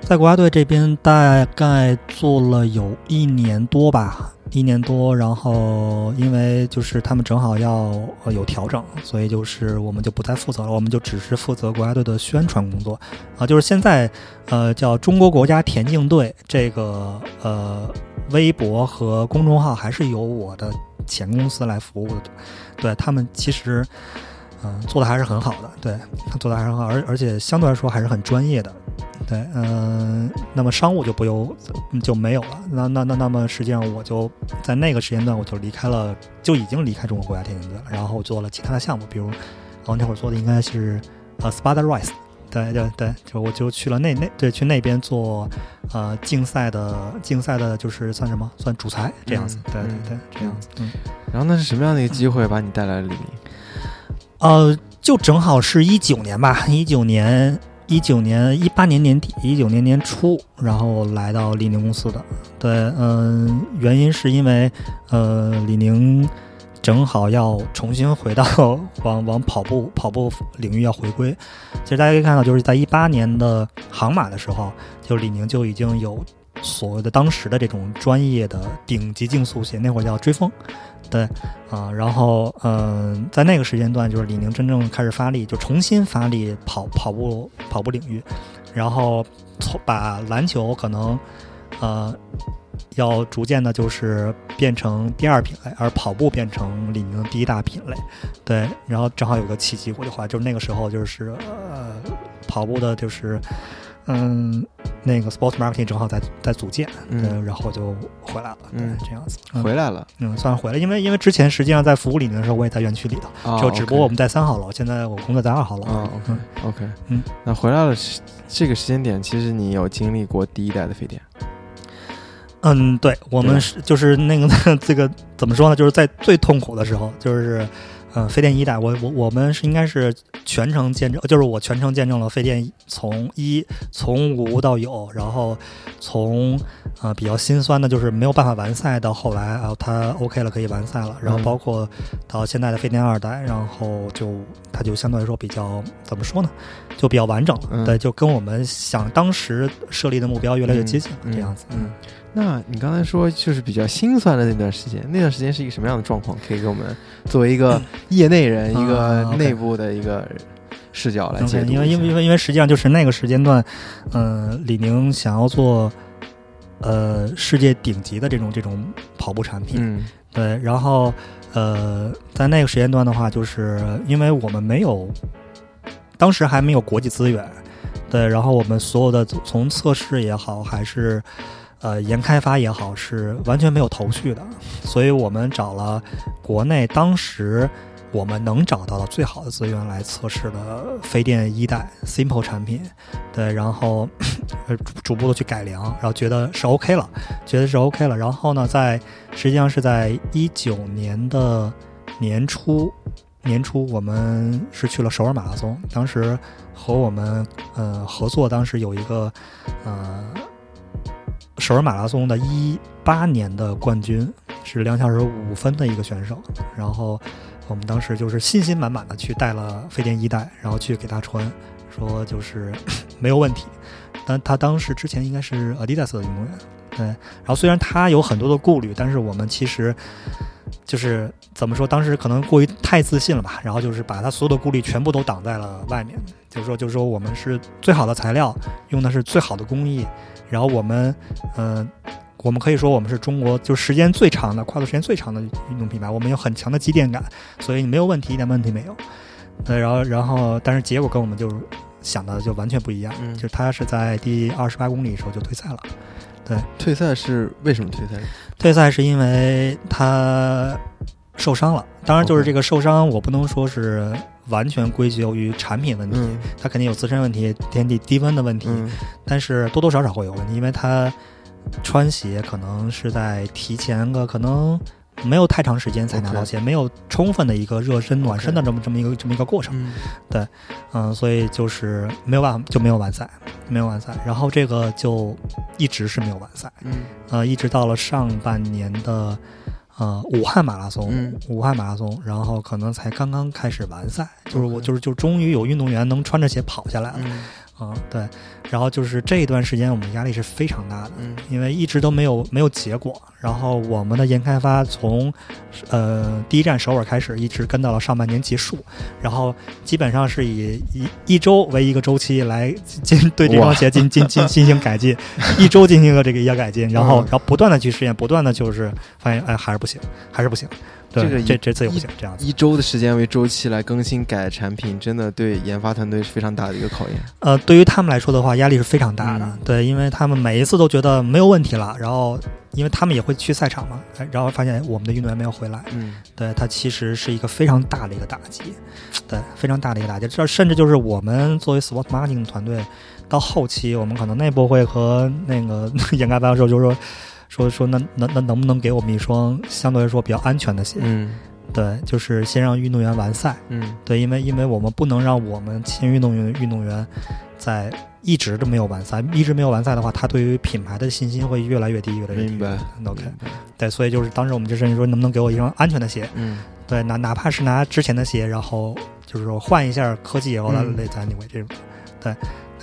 在国家队这边大概做了有一年多吧，一年多，然后因为就是他们正好要呃有调整，所以就是我们就不再负责了，我们就只是负责国家队的宣传工作啊、就是现在呃叫中国国家田径队这个呃微博和公众号还是由我的前公司来服务的，对他们其实。嗯、做的还是很好的，对，做的还是很好，而而且相对来说还是很专业的，对，嗯、那么商务就不由就没有了。那那那那么，实际上我就在那个时间段，我就离开了，就已经离开中国国家田径队了。然后我做了其他的项目，比如，我那会儿做的应该是呃 Spada Rice，对对对，就我就去了那那对去那边做呃竞赛的竞赛的，就是算什么算主裁这样子，
嗯
对对
嗯
对，这样子，嗯。
然后那是什么样的一个机会把你带来了李宁？
呃，就正好是一九年吧，一九年。一九年、一八年年底、一九年年初，然后来到李宁公司的。对，嗯、原因是因为，呃，李宁正好要重新回到往往跑步 跑步领域要回归。其实大家可以看到，就是在一八年的杭马的时候，就李宁就已经有所谓的当时的这种专业的顶级竞速鞋，那会儿叫追风。啊，然后嗯、呃在那个时间段，就是李宁真正开始发力，就重新发力跑跑步跑步领域，然后从把篮球可能呃要逐渐的就是变成第二品类，而跑步变成李宁的第一大品类。对，然后正好有个契机，我就话就是那个时候就是呃跑步的就是嗯那个 sports marketing 正好在在组建，对，
嗯，
然后我就回来了，对
嗯，
这样子。嗯
回来了
嗯，算是回来，因为因为之前实际上在服务里面的时候，我也在园区里头，
啊，
就只不过我们在三号楼，现在我工作在二号楼。
啊，OK
嗯
OK，
嗯，
那回来了是这个时间点，其实你有经历过第一代的非典，
嗯，对，我
对吧
们是就是那个 这个怎么说呢？就是在最痛苦的时候，就是呃，飞电一代，我我我们是应该是全程见证，就是我全程见证了飞电从一从无到有，然后从呃比较心酸的就是没有办法完赛，到后来啊他 OK 了可以完赛了，然后
嗯
包括到现在的飞电二代，然后就它就相对来说比较怎么说呢？就比较完整了，
嗯
对，就跟我们想当时设立的目标越来越接近了，
嗯
这样子，
嗯那你刚才说就是比较心酸的那段时间，那段时间是一个什么样的状况？可以给我们作为一个业内人、
嗯啊
一个
OK
内部的一个视角来
o
解
k
读一
因
下。
为因为因为因为实际上就是那个时间段，呃，李宁想要做呃世界顶级的这种这种跑步产品，
嗯
对，然后呃，在那个时间段的话，就是因为我们没有，当时还没有国际资源，对，然后我们所有的从测试也好，还是呃研开发也好，是完全没有头绪的，所以我们找了国内当时。我们能找到的最好的资源来测试的非电一代 Simple 产品，对，然后呃逐逐步的去改良，然后觉得是 OK 了，觉得是 OK 了，然后呢，在实际上是在一九年的年初，年初我们是去了首尔马拉松，当时和我们呃合作，当时有一个呃首尔马拉松的一八年的冠军是两小时五分的一个选手，然后我们当时就是信心满满的去带了飞电一代，然后去给他穿，说就是 没有问题，但他当时之前应该是 Adidas 的运动员，对。然后虽然他有很多的顾虑，但是我们其实就是怎么说，当时可能过于太自信了吧，然后就是把他所有的顾虑全部都挡在了外面，就是说，就是说我们是最好的材料，用的是最好的工艺，然后我们，嗯、我们可以说我们是中国就时间最长的跨度时间最长的运动品牌，我们有很强的积淀感，所以你没有问题，一点问题没有。对，然后然后但是结果跟我们就是想的就完全不一样，
嗯
就是他是在第二十八公里的时候就退赛了。
退赛是为什么退赛？
退赛是因为他受伤了，当然就是这个受伤，我不能说是完全归咎于产品问题，
嗯
它肯定有自身问题、天地低温的问题，
嗯
但是多多少少会有问题，因为它穿鞋可能是在提前个可能没有太长时间才拿到鞋没有充分的一个热身暖身的这么这么一个这么一个过程，
嗯
嗯，所以就是没有办法就没有完赛，没有完赛，然后这个就一直是没有完赛，
嗯
呃，一直到了上半年的呃武汉马拉松，
嗯
武汉马拉松，然后可能才刚刚开始完赛，就是我
OK
就是就终于有运动员能穿着鞋跑下来了，
嗯
嗯，对，然后就是这一段时间我们压力是非常大的。
嗯
因为一直都没有没有结果，然后我们的研开发从，呃第一站首尔开始，一直跟到了上半年结束，然后基本上是以一一周为一个周期来进对这双鞋进进进进行改进，一周进行一个这个一个改进，然后
嗯
然后不断的去试验，不断的就是发现哎还是不行，还是不行，对
这个一嗯
这这次也不
一
行，这样子。
一周的时间为周期来更新改产品，真的对研发团队是非常大的一个考验。
呃，对于他们来说的话，压力是非常大的。
嗯
对，因为他们每一次都觉得没有问题了，然后因为他们也会去赛场嘛，哎然后发现我们的运动员没有回来，
嗯
对它其实是一个非常大的一个打击，对，非常大的一个打击。这甚至就是我们作为 sport marketing 团队，到后期我们可能内部会和那个研发方说，就是说。说说那那那能不能给我们一双相对来说比较安全的鞋？
嗯
对，就是先让运动员完赛，
嗯
对，因为因为我们不能让我们签运动员运动员在一直都没有完赛，一直没有完赛的话，他对于品牌的信心会越来越低，越来越低。
明白。
OK，对，所以就是当时我们就甚至说，能不能给我一双安全的鞋？
嗯
对，哪哪怕是拿之前的鞋，然后就是说换一下科技也好，来
嗯
类似 anyway 这种，对。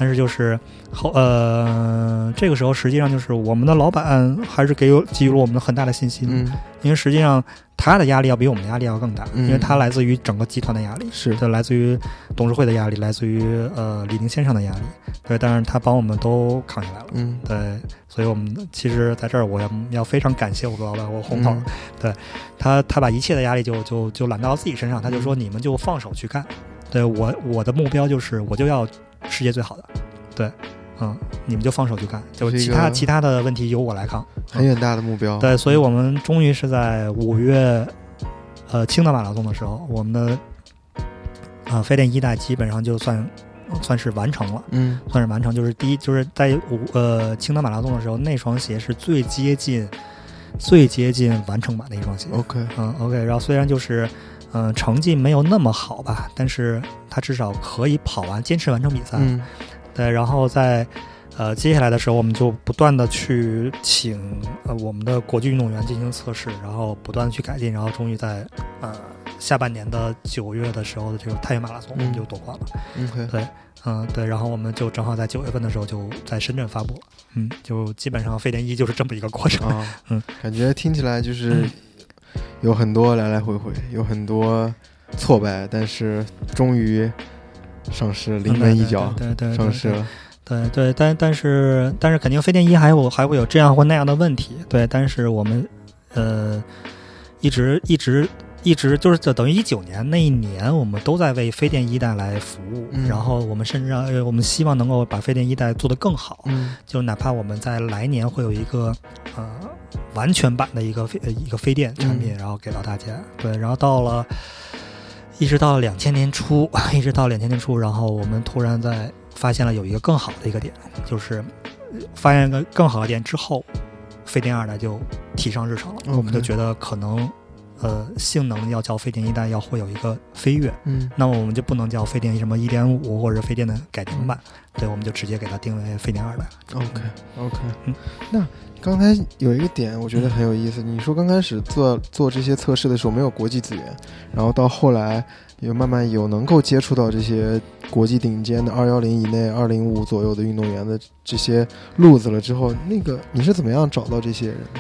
但是就是后呃，这个时候实际上就是我们的老板还是给予给予了我们很大的信心，
嗯
因为实际上他的压力要比我们的压力要更大，
嗯
因为他来自于整个集团的压力，
是
对，来自于董事会的压力，来自于呃李宁先生的压力，对，但是他帮我们都扛下来了。
嗯
对，所以我们其实在这儿，我要要非常感谢我的老板，我红头，
嗯
对他，他把一切的压力就就就揽到自己身上，他
嗯
就说你们就放手去干。对我我的目标就是我就要世界最好的，对，嗯，你们就放手去干，就是
这
其他
个
其他的问题由我来扛。
很远大的目标。
对，所以我们终于是在五月，呃，青岛马拉松的时候，我们的呃飞电一代基本上就算算是完成了。
嗯
算是完成，就是第一就是在五呃青岛马拉松的时候，那双鞋是最接近最接近完成版的一双鞋。
OK
嗯，OK，然后虽然就是嗯、呃成绩没有那么好吧，但是他至少可以跑完，坚持完成比赛。
嗯
对，然后在呃接下来的时候，我们就不断的去请呃我们的国际运动员进行测试，然后不断地去改进，然后终于在呃下半年的九月的时候的这个太原马拉松，我们
嗯
就夺冠了。
OK
嗯，对，然后我们就正好在九月份的时候就在深圳发布了，嗯，就基本上飞联一就是这么一个过程。
啊，
嗯，
感觉听起来就是有很多来来回回，有很多挫败，但是终于上市临门一脚，
对对对对
上市了。
对对，但但是但是肯定飞电一还有还会有这样或那样的问题，对，但是我们呃一直一直一直就是等等于一九年那一年，我们都在为飞电一代来服务，
嗯
然后我们甚至让呃我们希望能够把飞电一代做得更好，
嗯
就哪怕我们在来年会有一个呃完全版的一个非呃一个非电产品，然后给到大家。对，然后到了一直到两千年初， 一直到两千年初，然后我们突然在发现了有一个更好的一个点，就是呃发现了更好的点之后，非电二代就提上日程了。
OK
我们就觉得可能呃性能要较非电一代要会有一个飞跃，
嗯
那么我们就不能叫非电什么一点五或者非电的改进版，对，我们就直接给它定为非电二代。
，OK OK
嗯。
那刚才有一个点，我觉得很有意思。你说刚开始做做这些测试的时候没有国际资源，然后到后来也慢慢有能够接触到这些国际顶尖的二幺零以内、二零五左右的运动员的这些路子了之后，那个你是怎么样找到这些人的？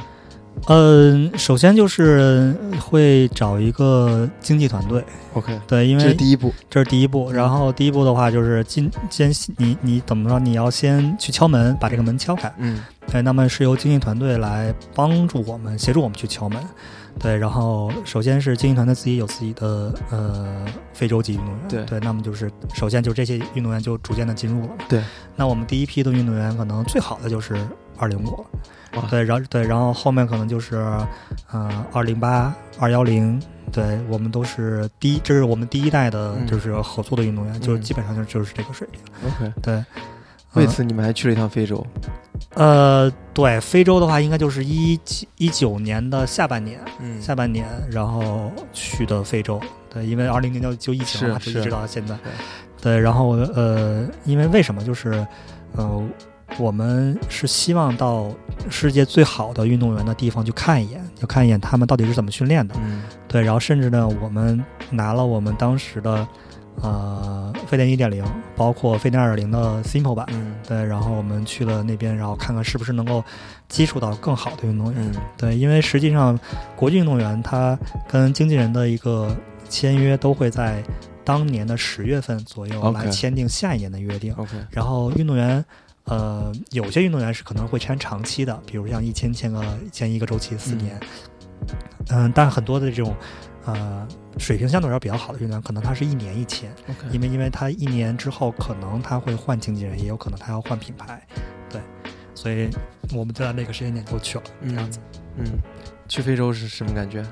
嗯，首先就是会找一个经纪团队，
OK，
对，因
这
为
是第一步。
这是第一步。然后第一步的话就是进先你你怎么说？你要先去敲门，把这个门敲开。
嗯
对，哎那么是由经纪团队来帮助我们，协助我们去敲门。对，然后首先是经纪团队自己有自己的呃非洲籍运动员，
对
那么就是首先就这些运动员就逐渐的进入了嘛。
对，
那我们第一批的运动员可能最好的就是二零五
哇
了，对，然后对，然后后面可能就是呃二零八、二幺零、对我们都是第一，这是我们第一代的
嗯，
就是合作的运动员，就是基本上就就是这个水平。
OK，呃
对，
为
嗯
此你们还去了一趟非洲。
呃，对，非洲的话，应该就是一一九年的下半年，
嗯
下半年，然后去的非洲。对，因为二零零六就疫情嘛，
是
就一
是
直到现在
对。
对，然后呃，因为为什么就是，呃，我们是希望到世界最好的运动员的地方去看一眼，就看一眼他们到底是怎么训练的。
嗯
对，然后甚至呢，我们拿了我们当时的呃飞电一点零，包括飞电二点零的 Simple 版，
嗯
对，然后我们去了那边，然后看看是不是能够接触到更好的运动员。
嗯
对，因为实际上国际运动员他跟经纪人的一个签约都会在当年的十月份左右
OK 哦
来签订下一年的约定。
，OK，
然后运动员，呃，有些运动员是可能会签长期的，比如像一签签个签一个周期四年，嗯、但很多的这种，呃，水平相对来说比较好的运动员，可能他是一年一签，
OK
因为因为他一年之后可能他会换经纪人，也有可能他要换品牌，对，所以我们就在那个时间点就去了，这样子。
嗯，去非洲是什么感觉？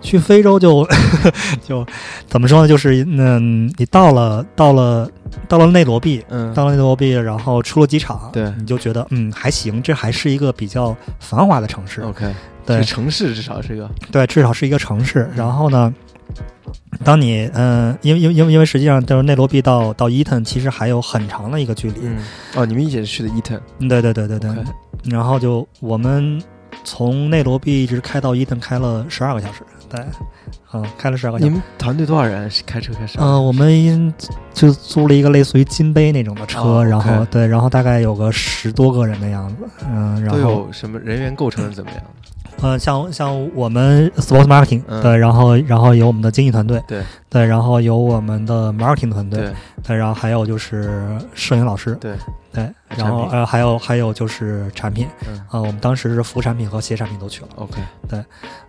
去非洲就 就怎么说呢？就是嗯，你到了到了到了内罗毕，
嗯
到了内罗毕，然后出了机场，
对
你就觉得嗯还行，这还是一个比较繁华的城市，
OK，这
对
个城市至哦少是嗯一个
对，至少是一个城市。然后呢，当你嗯、因为因为因为因为实际上就是内罗毕到到伊顿其实还有很长的一个距离，
嗯哦，你们一起去的伊藤
对对对对对。
嗯 OK
然后就我们从内罗毕一直开到伊顿，开了十二个小时，对，嗯，开了十二个小时
你。们团队多少人？是开车开啥？
呃，我们就租了一个类似于金杯那种的车，
哦，OK
然后对，然后大概有个十多个人的样子，嗯、
都
然后
有什么人员构成是怎么样 的？
呃，像像我们 sports marketing，、
嗯
对，然后然后有我们的经济团队，
对
对，然后有我们的 marketing 团队，
对
对，然后还有就是摄影老师，
对，
对，
产
然后
品
呃还有还有就是产品，
嗯
啊、我们当时是服产品和鞋产品都去了，
，OK，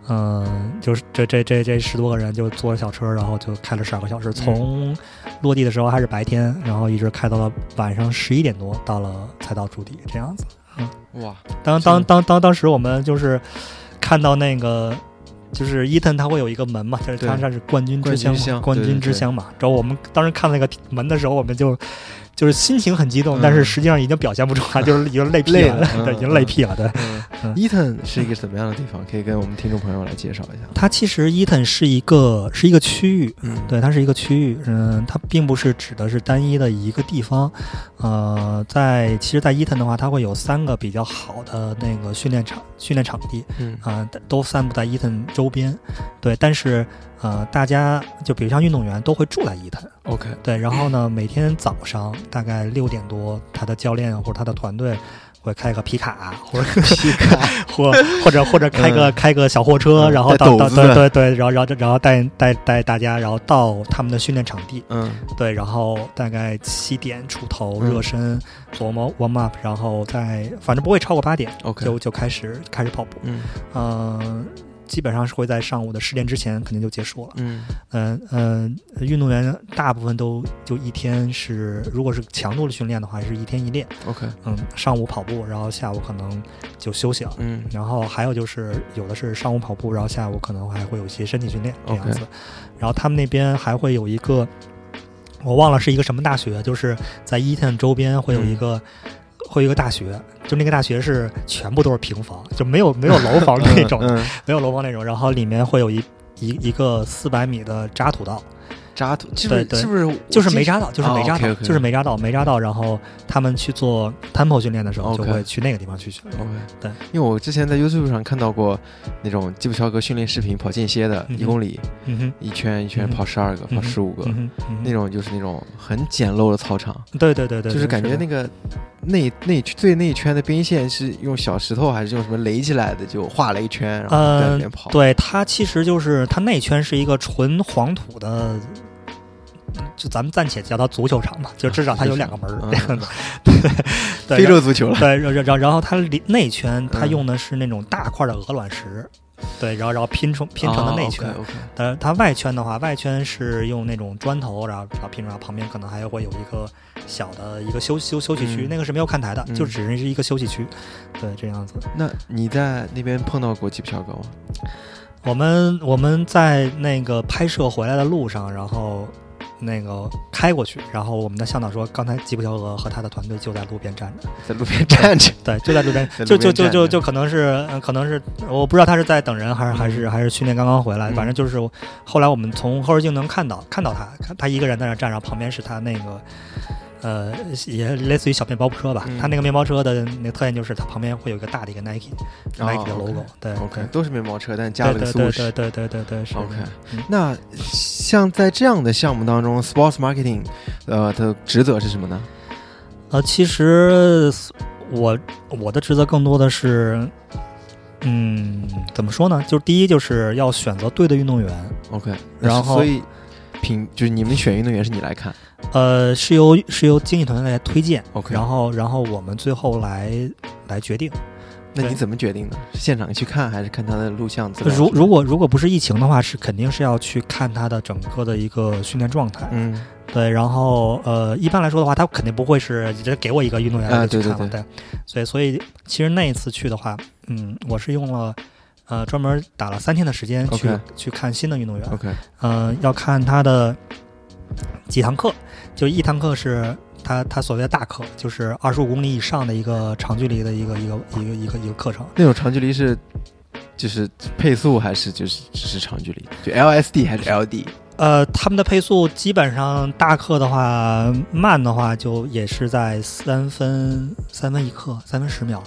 嗯，就是这这这这十多个人就坐着小车，然后就开了十二个小时，
嗯
从落地的时候还是白天，然后一直开到了晚上十一点多，到了才到驻地这样子。
哇，
当
是
当当当当时我们就是看到那个。就是伊藤他会有一个门嘛，就是
对
它它是冠军之
冠
乡
军
嘛
箱，
冠
对
军
对
之
对
乡嘛。然后我们当时看那个门的时候，我们就就是心情很激动，
嗯
但是实际上已经表现不出来，就是已 经累屁
累
了，
了
对，已
嗯
经
嗯
累屁了，对。
嗯
嗯
伊藤是一个怎么样的地方？可以跟我们听众朋友来介绍一下。
它其实伊藤是一个是一个区域，
嗯
对，它是一个区域，嗯，它并不是指的是单一的一个地方，呃，在其实，在伊藤的话，它会有三个比较好的那个训练场训练场地
嗯
啊、呃都散布在伊藤周边，对，但是呃，大家就比如像运动员都会住在伊藤，
，OK，
对，然后 呢，每天早上大概六点多，他的教练啊或者他的团队会开个皮卡，或者皮卡，或或者 或者开个、开个小货车，
嗯
然后
带
到
斗
到
子
对对对，然后然后然后带带带大家，然后到他们的训练场地，
嗯
对，然后大概七点出头
嗯
热身，做 warm warm up，然后再反正不会超过八点，
，OK，
就就开始开始跑步，
嗯
嗯、基本上是会在上午的十点之前肯定就结束了。
嗯
嗯嗯，呃运动员大部分都就一天是，如果是强度的训练的话，是一天一练。
，OK，
嗯，上午跑步，然后下午可能就休息了。
嗯
然后还有就是，有的是上午跑步，然后下午可能还会有一些身体训练这样子。然后他们那边还会有一个，我忘了是一个什么大学，就是在伊顿周边会有
嗯
一个、会有一个大学，就那个大学是全部都是平房，就没有没有楼房 那种，
嗯，嗯
没有楼房那种。然后里面会有一一一个四百米的渣土道，
渣土是不
对
是
对
是不是
就是没扎到，就是没扎到，
哦 OK，OK
就是没扎到，没扎到。然后他们去做 tempo 训练的时候，
OK
就会去那个地方去训练。
OK，
对，
因为我之前在 YouTube 上看到过那种基普乔格训练视频，跑间歇的，
嗯哼
一公里
嗯哼，
一圈一圈
嗯哼
跑十二个，
嗯
跑
哼
十五个，
嗯哼，嗯哼
那种就是那种很简陋的操场，
对对对对，
就是感觉那
个
个内内最内圈的边线是用小石头还是用什么垒起来的，就画了一圈，然后在里
呃
面跑。，
对它其实就是它内圈是一个纯黄土的。就咱们暂且叫它足球场吧，就至少它有两个门儿
嗯，
这样子对
非洲足球了。
对，然然然然后它里内圈它
嗯
用的是那种大块的鹅卵石，对，然后然后拼成拼
哦
成的内圈，
o k
但是呃它外圈的话，外圈是用那种砖头，然后然后拼出来，旁边可能还会有一个小的一个休休休息区，
嗯
那个是没有看台的，
嗯
就只是一个休息区。对，这样子。
那你在那边碰到过吉普乔格吗？
我们我们在那个拍摄回来的路上，然后那个开过去，然后我们的向导说，刚才吉普乔格和他的团队就在路边站着，
在路边站着，
对，就在路边
在，路
就
边
就就
站
就
着
就可能是呃可能是我不知道他是在等人还是还是还是训练刚刚回来，
嗯
反正就是后来我们从后视镜能看到看到他，看他一个人在那站着，然后旁边是他那个。呃，也类似于小面包车吧。
嗯
他那个面包车的那个特点就是，它旁边会有一个大的一个 Nike、
哦
Nike
OK
的 logo 对。对
OK，都是面包车，但加
对
了个
对
素
对
食
对。对对对对，是
OK，
嗯
那像在这样的项目当中，sports marketing，呃，它的职责是什么呢？
呃，其实我我的职责更多的是，嗯，怎么说呢？就是第一，就是要选择对的运动员。
OK，
然
那
后
所以品就是你们选运动员是你来看
呃，是由是由经纪团队来推荐
OK
然后然后我们最后来来决定。
那你
对
怎么决定的？是现场去看还是看他的录像资料？
如如果如果不是疫情的话，是肯定是要去看他的整个的一个训练状态。
嗯
对，然后呃，一般来说的话，他肯定不会是直接给我一个运动员
啊
我就去
对对
看了，对所以所以其实那一次去的话，嗯，我是用了呃专门打了三天的时间去
OK
去看新的运动员，
，OK，
呃，要看他的几堂课，就一堂课是他他所谓的大课，就是二十五公里以上的一个长距离的一个一个一个一个一个课程，
那种长距离是就是配速还是就是只是长距离？就 LSD 还是 LD？
呃，他们的配速基本上大课的话，慢的话就也是在三分三分一刻，三分十秒，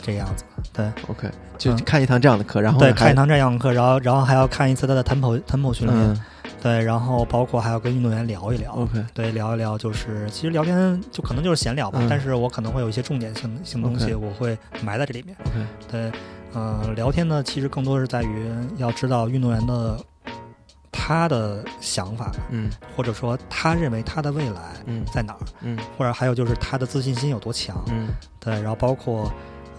这样子。对
OK，就
嗯
看一堂这样的课，然后
对，
呢
看
还
一堂这样的课，然后然后还要看一次他的 tempo tempo 训练，
嗯
对，然后包括还要跟运动员聊一聊。
，OK
对，聊一聊就是，其实聊天就可能就是闲聊吧，
嗯
但是我可能会有一些重点性性东西，我会埋在这里面。
OK，
对，呃，聊天呢，其实更多是在于要知道运动员的他的想法，
嗯
或者说他认为他的未来
嗯
在哪儿，
嗯
或者还有就是他的自信心有多强，
嗯
对，然后包括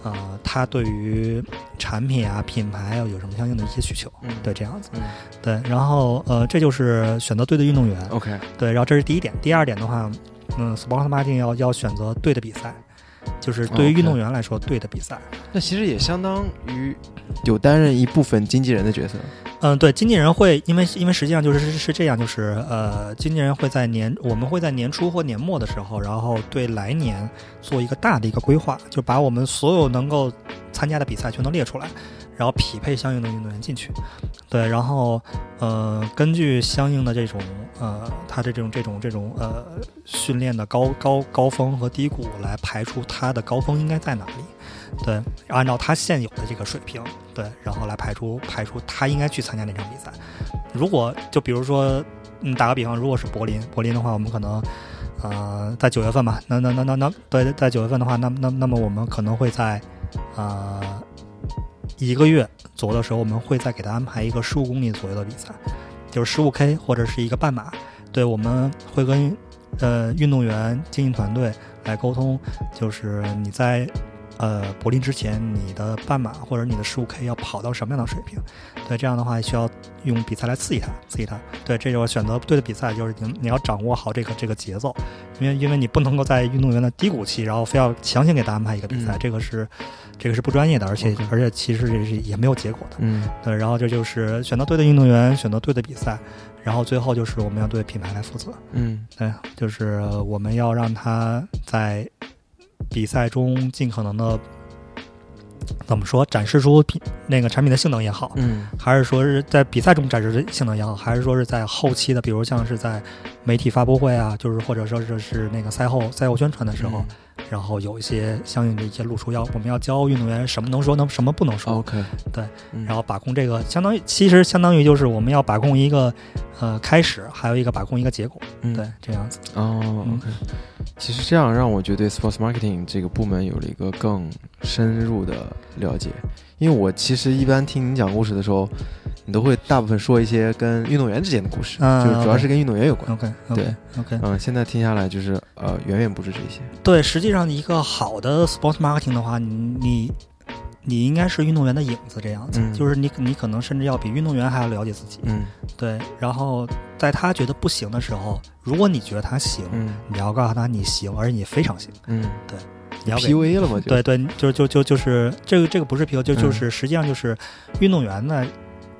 呃他对于产品啊、品牌啊有什么相应的一些需求，
嗯，
对，这样子，
嗯
对，然后呃这就是选择对的运动员，
OK，
对，然后这是第一点，第二点的话，嗯，sport marketing 要要选择对的比赛，就是对于
OK
运动员来说对的比赛，
那其实也相当于有担任一部分经纪人的角色。
嗯，对，经纪人会，因为因为实际上就是是是这样，就是呃，经纪人会在年，我们会在年初或年末的时候，然后对来年做一个大的一个规划，就把我们所有能够参加的比赛全都列出来，然后匹配相应的运动员进去。对，然后呃，根据相应的这种呃，他的这种这种这种呃训练的高高高峰和低谷来排除他的高峰应该在哪里。对，按照他现有的这个水平，对，然后来排除排除他应该去参加哪场比赛。如果就比如说，嗯，打个比方，如果是柏林，柏林的话，我们可能，呃，在九月份吧，那那那那那，对，在九月份的话，那那那么我们可能会在，呃，一个月左右的时候，我们会再给他安排一个十五公里左右的比赛，就是十五 K 或者是一个半马。对，我们会跟呃运动员、经纪团队来沟通，就是你在呃柏林之前，你的半马或者你的十五 K 要跑到什么样的水平？对，这样的话需要用比赛来刺激他，刺激他。对，这就是选择对的比赛，就是你你要掌握好这个这个节奏，因为因为你不能够在运动员的低谷期，然后非要强行给他安排一个比赛，
嗯
这个是这个是不专业的，而且
OK
而且其实也是也没有结果的。
嗯
对，然后这就是选择对的运动员，选择对的比赛，然后最后就是我们要对品牌来负责。
嗯
对，就是我们要让他在比赛中尽可能的怎么说，展示出品那个产品的性能也好，
嗯
还是说是在比赛中展示性能也好，还是说是在后期的，比如像是在媒体发布会啊，就是或者说是是那个赛后赛后宣传
嗯
的时候，然后有一些相应的一些露出要，我们要教运动员什么能说，能什么不能说。
OK，
对，
嗯
然后把控这个，相当于其实相当于就是我们要把控一个呃开始，还有一个把控一个结果，
嗯
对，这样子。
哦
嗯
，OK。其实这样让我觉得 sports marketing 这个部门有了一个更深入的了解，因为我其实一般听你讲故事的时候，你都会大部分说一些跟运动员之间的故事，
嗯
就是主要
OK
是跟运动员有关。
OK，
对
OK，
嗯，现在听下来就是呃，远远不止这些。
对，实际上一个好的 sports marketing 的话，你你你应该是运动员的影子这样子，
嗯
就是你你可能甚至要比运动员还要了解自己。
嗯
对，然后在他觉得不行的时候，如果你觉得他行，
嗯
你要告诉他你行，而且你非常行，
嗯
你要给。
，PUA 了嘛就
对对，就就就就是这个这个不是 PU，就
嗯
就是实际上就是运动员呢，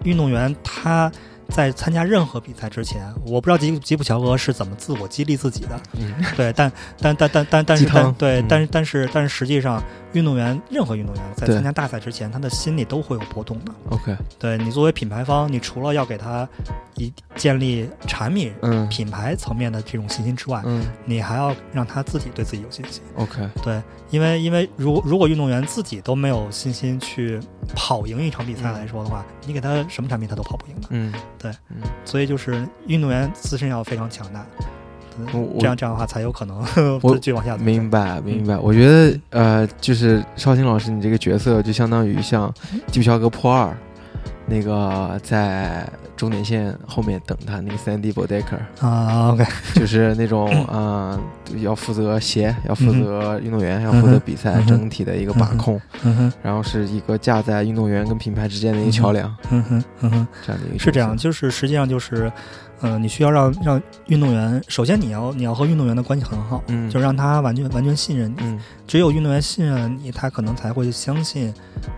运动员他在参加任何比赛之前，我不知道吉吉普乔格是怎么自我激励自 己的，
嗯
对，但但但但但但
鸡
是
汤
但对
嗯，
但是但是但是实际上，运动员任何运动员在
对
参加大赛之前，他的心里都会有波动的。
，OK，
对你作为品牌方，你除了要给他一建立产品
嗯
品牌层面的这种信心之外，
嗯
你还要让他自己对自己有信心。
，OK，
对，因为因为如如果运动员自己都没有信心去跑赢一场比赛来说的话，你给他什么产品他都跑不赢的。
嗯，
所以就是运动员自身要非常强大，嗯
我我
这样这样的话才有可能
我
继续往下走。
明白
嗯
明白。我觉得呃，就是邵青老师，你这个角色就相当于像
嗯
吉普乔格破二。那个在终点线后面等他，那个 Sandy Bodecker，
啊，OK，
就是那种
嗯
啊、呃要负责鞋，要负责运动员，要负责比赛
嗯哼
整体的一个把控，
嗯哼，
然后是一个架在运动员跟品牌之间的一个桥梁，
嗯哼，嗯哼，
这样的一个
是这
角
样，
色。
就是实际上就是，呃，你需要让让运动员，首先你要你要和运动员的关系很好，
嗯，
就让他完全完全信任你。
嗯
只有运动员信任你，他可能才会相信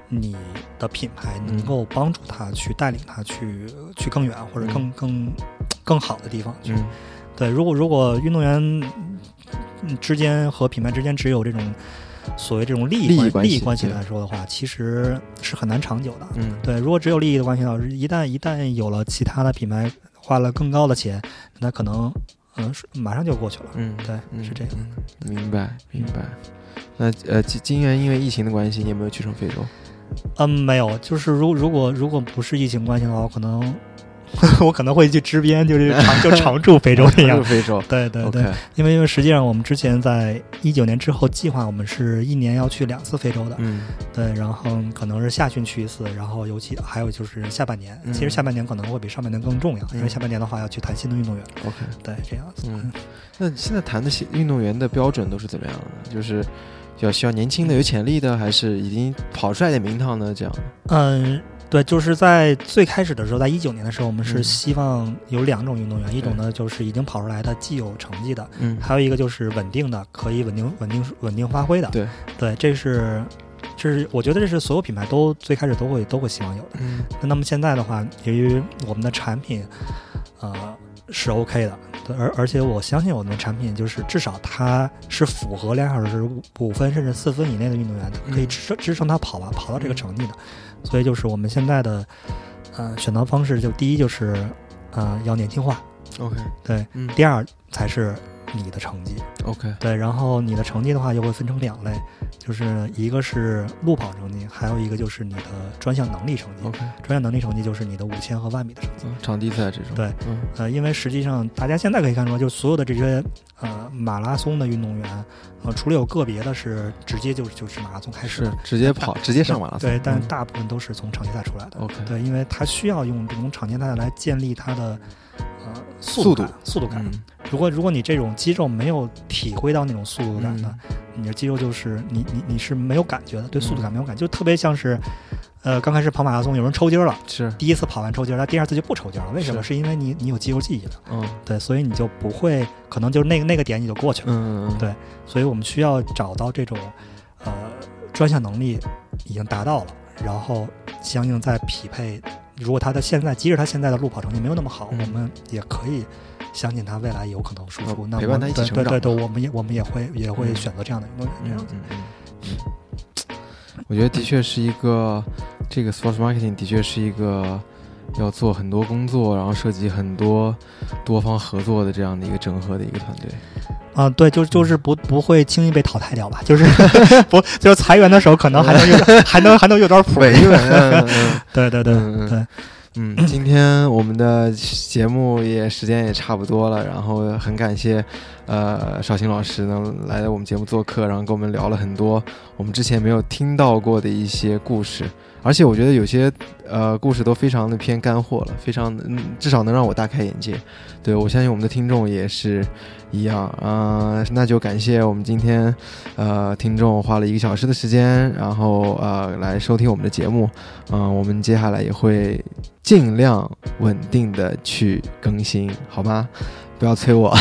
你的品牌能够帮助他去带领他去去更远或者更更更好的地方去。
嗯
对，如果如果运动员嗯之间和品牌之间只有这种所谓这种利益
利益
关
关系
利益关系
对
来说的话，其实是很难长久的。
嗯
对，如果只有利益的关系的话，一旦一旦有了其他的品牌花了更高的钱，那可能嗯是马上就过去了。
嗯，
对，
嗯
是这样。
嗯明白明白。那呃，今今年因为疫情的关系，你有没有去成非 洲？
嗯，没有，就是如如果如果不是疫情关系的话，我可能 我可能会去支边，就是常就常驻非洲那
没有
样。
非洲。
对对对
OK，
因为因为实际上我们之前在一九年之后计划，我们是一年要去两次非洲的，
嗯
对，然后可能是下旬去一次，然后尤其还有就是下半年，
嗯
其实下半年可能会比上半年更重要，因
嗯
为下半年的话要去谈新的运动员，
，OK，
对，这样子，
嗯。那现在谈的些运动员的标准都是怎么样的呢？就是要需要年轻的、有潜力的，还是已经跑出来点名堂的这样的？
嗯，对，就是在最开始的时候，在一九年的时候，我
嗯
们是希望有两种运动员，一种呢就是已经跑出来的既有成绩的，
嗯，
还有一个就是稳定的，可以稳定、稳定、稳定发挥的。
对，
对，这是，这是我觉得这是所有品牌都最开始都会都会希望有的。
嗯
那那么现在的话，由于我们的产品，呃，是 OK 的，对而而且我相信我们的产品就是至少它是符合两小时五五分甚至四分以内的运动员，它可以
嗯
支撑支撑他跑吧，跑到这个
嗯
成绩的。所以就是我们现在的，呃，选择方式就第一就是，呃，要年轻化，
，OK，
对，
嗯
第二才是你的成绩。
，OK，
对，然后你的成绩的话又会分成两类，就是一个是路跑成绩，还有一个就是你的专项能力成绩。
OK，
专项能力成绩就是你的五千和万米的成绩。
嗯场地赛这种，
对，
嗯
呃，因为实际上大家现在可以看出来，就是所有的这些呃马拉松的运动员，呃，除了有个别的是直接就是就是马拉松开始
是
的，
直接跑，直接上马拉松，
对，但
嗯
大部分都是从常规赛出来的。
OK，
对，因为他需要用这种常规赛来建立他的呃
速
速
度
度感，速度感。
嗯
如果如果你这种肌肉没有体会到那种速度感呢，你的肌肉就是你你你是没有感觉的，对速度感没有感觉，就特别像是，呃，刚开始跑马拉松，有人抽筋儿了，
是，
第一次跑完抽筋儿，他第二次就不抽筋儿了，为什么？
是
是因为你你有肌肉记忆了，
嗯
对，所以你就不会，可能就是那个那个点你就过去了，
嗯嗯，
对所以我们需要找到这种，呃，专项能力已经达到了，然后相应再匹配。如果他的现在，即使他现在的路跑成绩没有那么好，
嗯
我们也可以相信他未来有可能输出。
嗯
那
陪伴
我
他一起
对
成
对
长
对对，我们也我们也会也会
嗯
选择这样的运动员。这样
嗯
子
嗯嗯，我觉得的确是一个，这个 sports marketing 的确是一个要做很多工作，然后涉及很多多方合作的这样的一个整合的一个团队。
啊、对，就就是
嗯
不不会轻易被淘汰掉吧？就是 不就是裁员的时候，可能还能有 点还能还能有点谱。
对，因为嗯嗯
对对对
嗯嗯
对，
嗯，今天我们的节目也时间也差不多了，然后很感谢，呃，绍兴老师能来我们节目做客，然后跟我们聊了很多我们之前没有听到过的一些故事，而且我觉得有些呃故事都非常的偏干货了，非常嗯，至少能让我大开眼界。对我相信我们的听众也是一样啊、呃那就感谢我们今天呃听众花了一个小时的时间，然后呃来收听我们的节目，嗯、我们接下来也会尽量稳定的去更新，好吗？不要催我。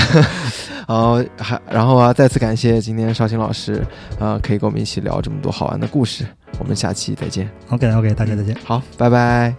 好，还然后啊，再次感谢今天绍兴老师，呃，可以跟我们一起聊这么多好玩的故事。我们下期再见。
OK OK，大家再见。
好，拜拜。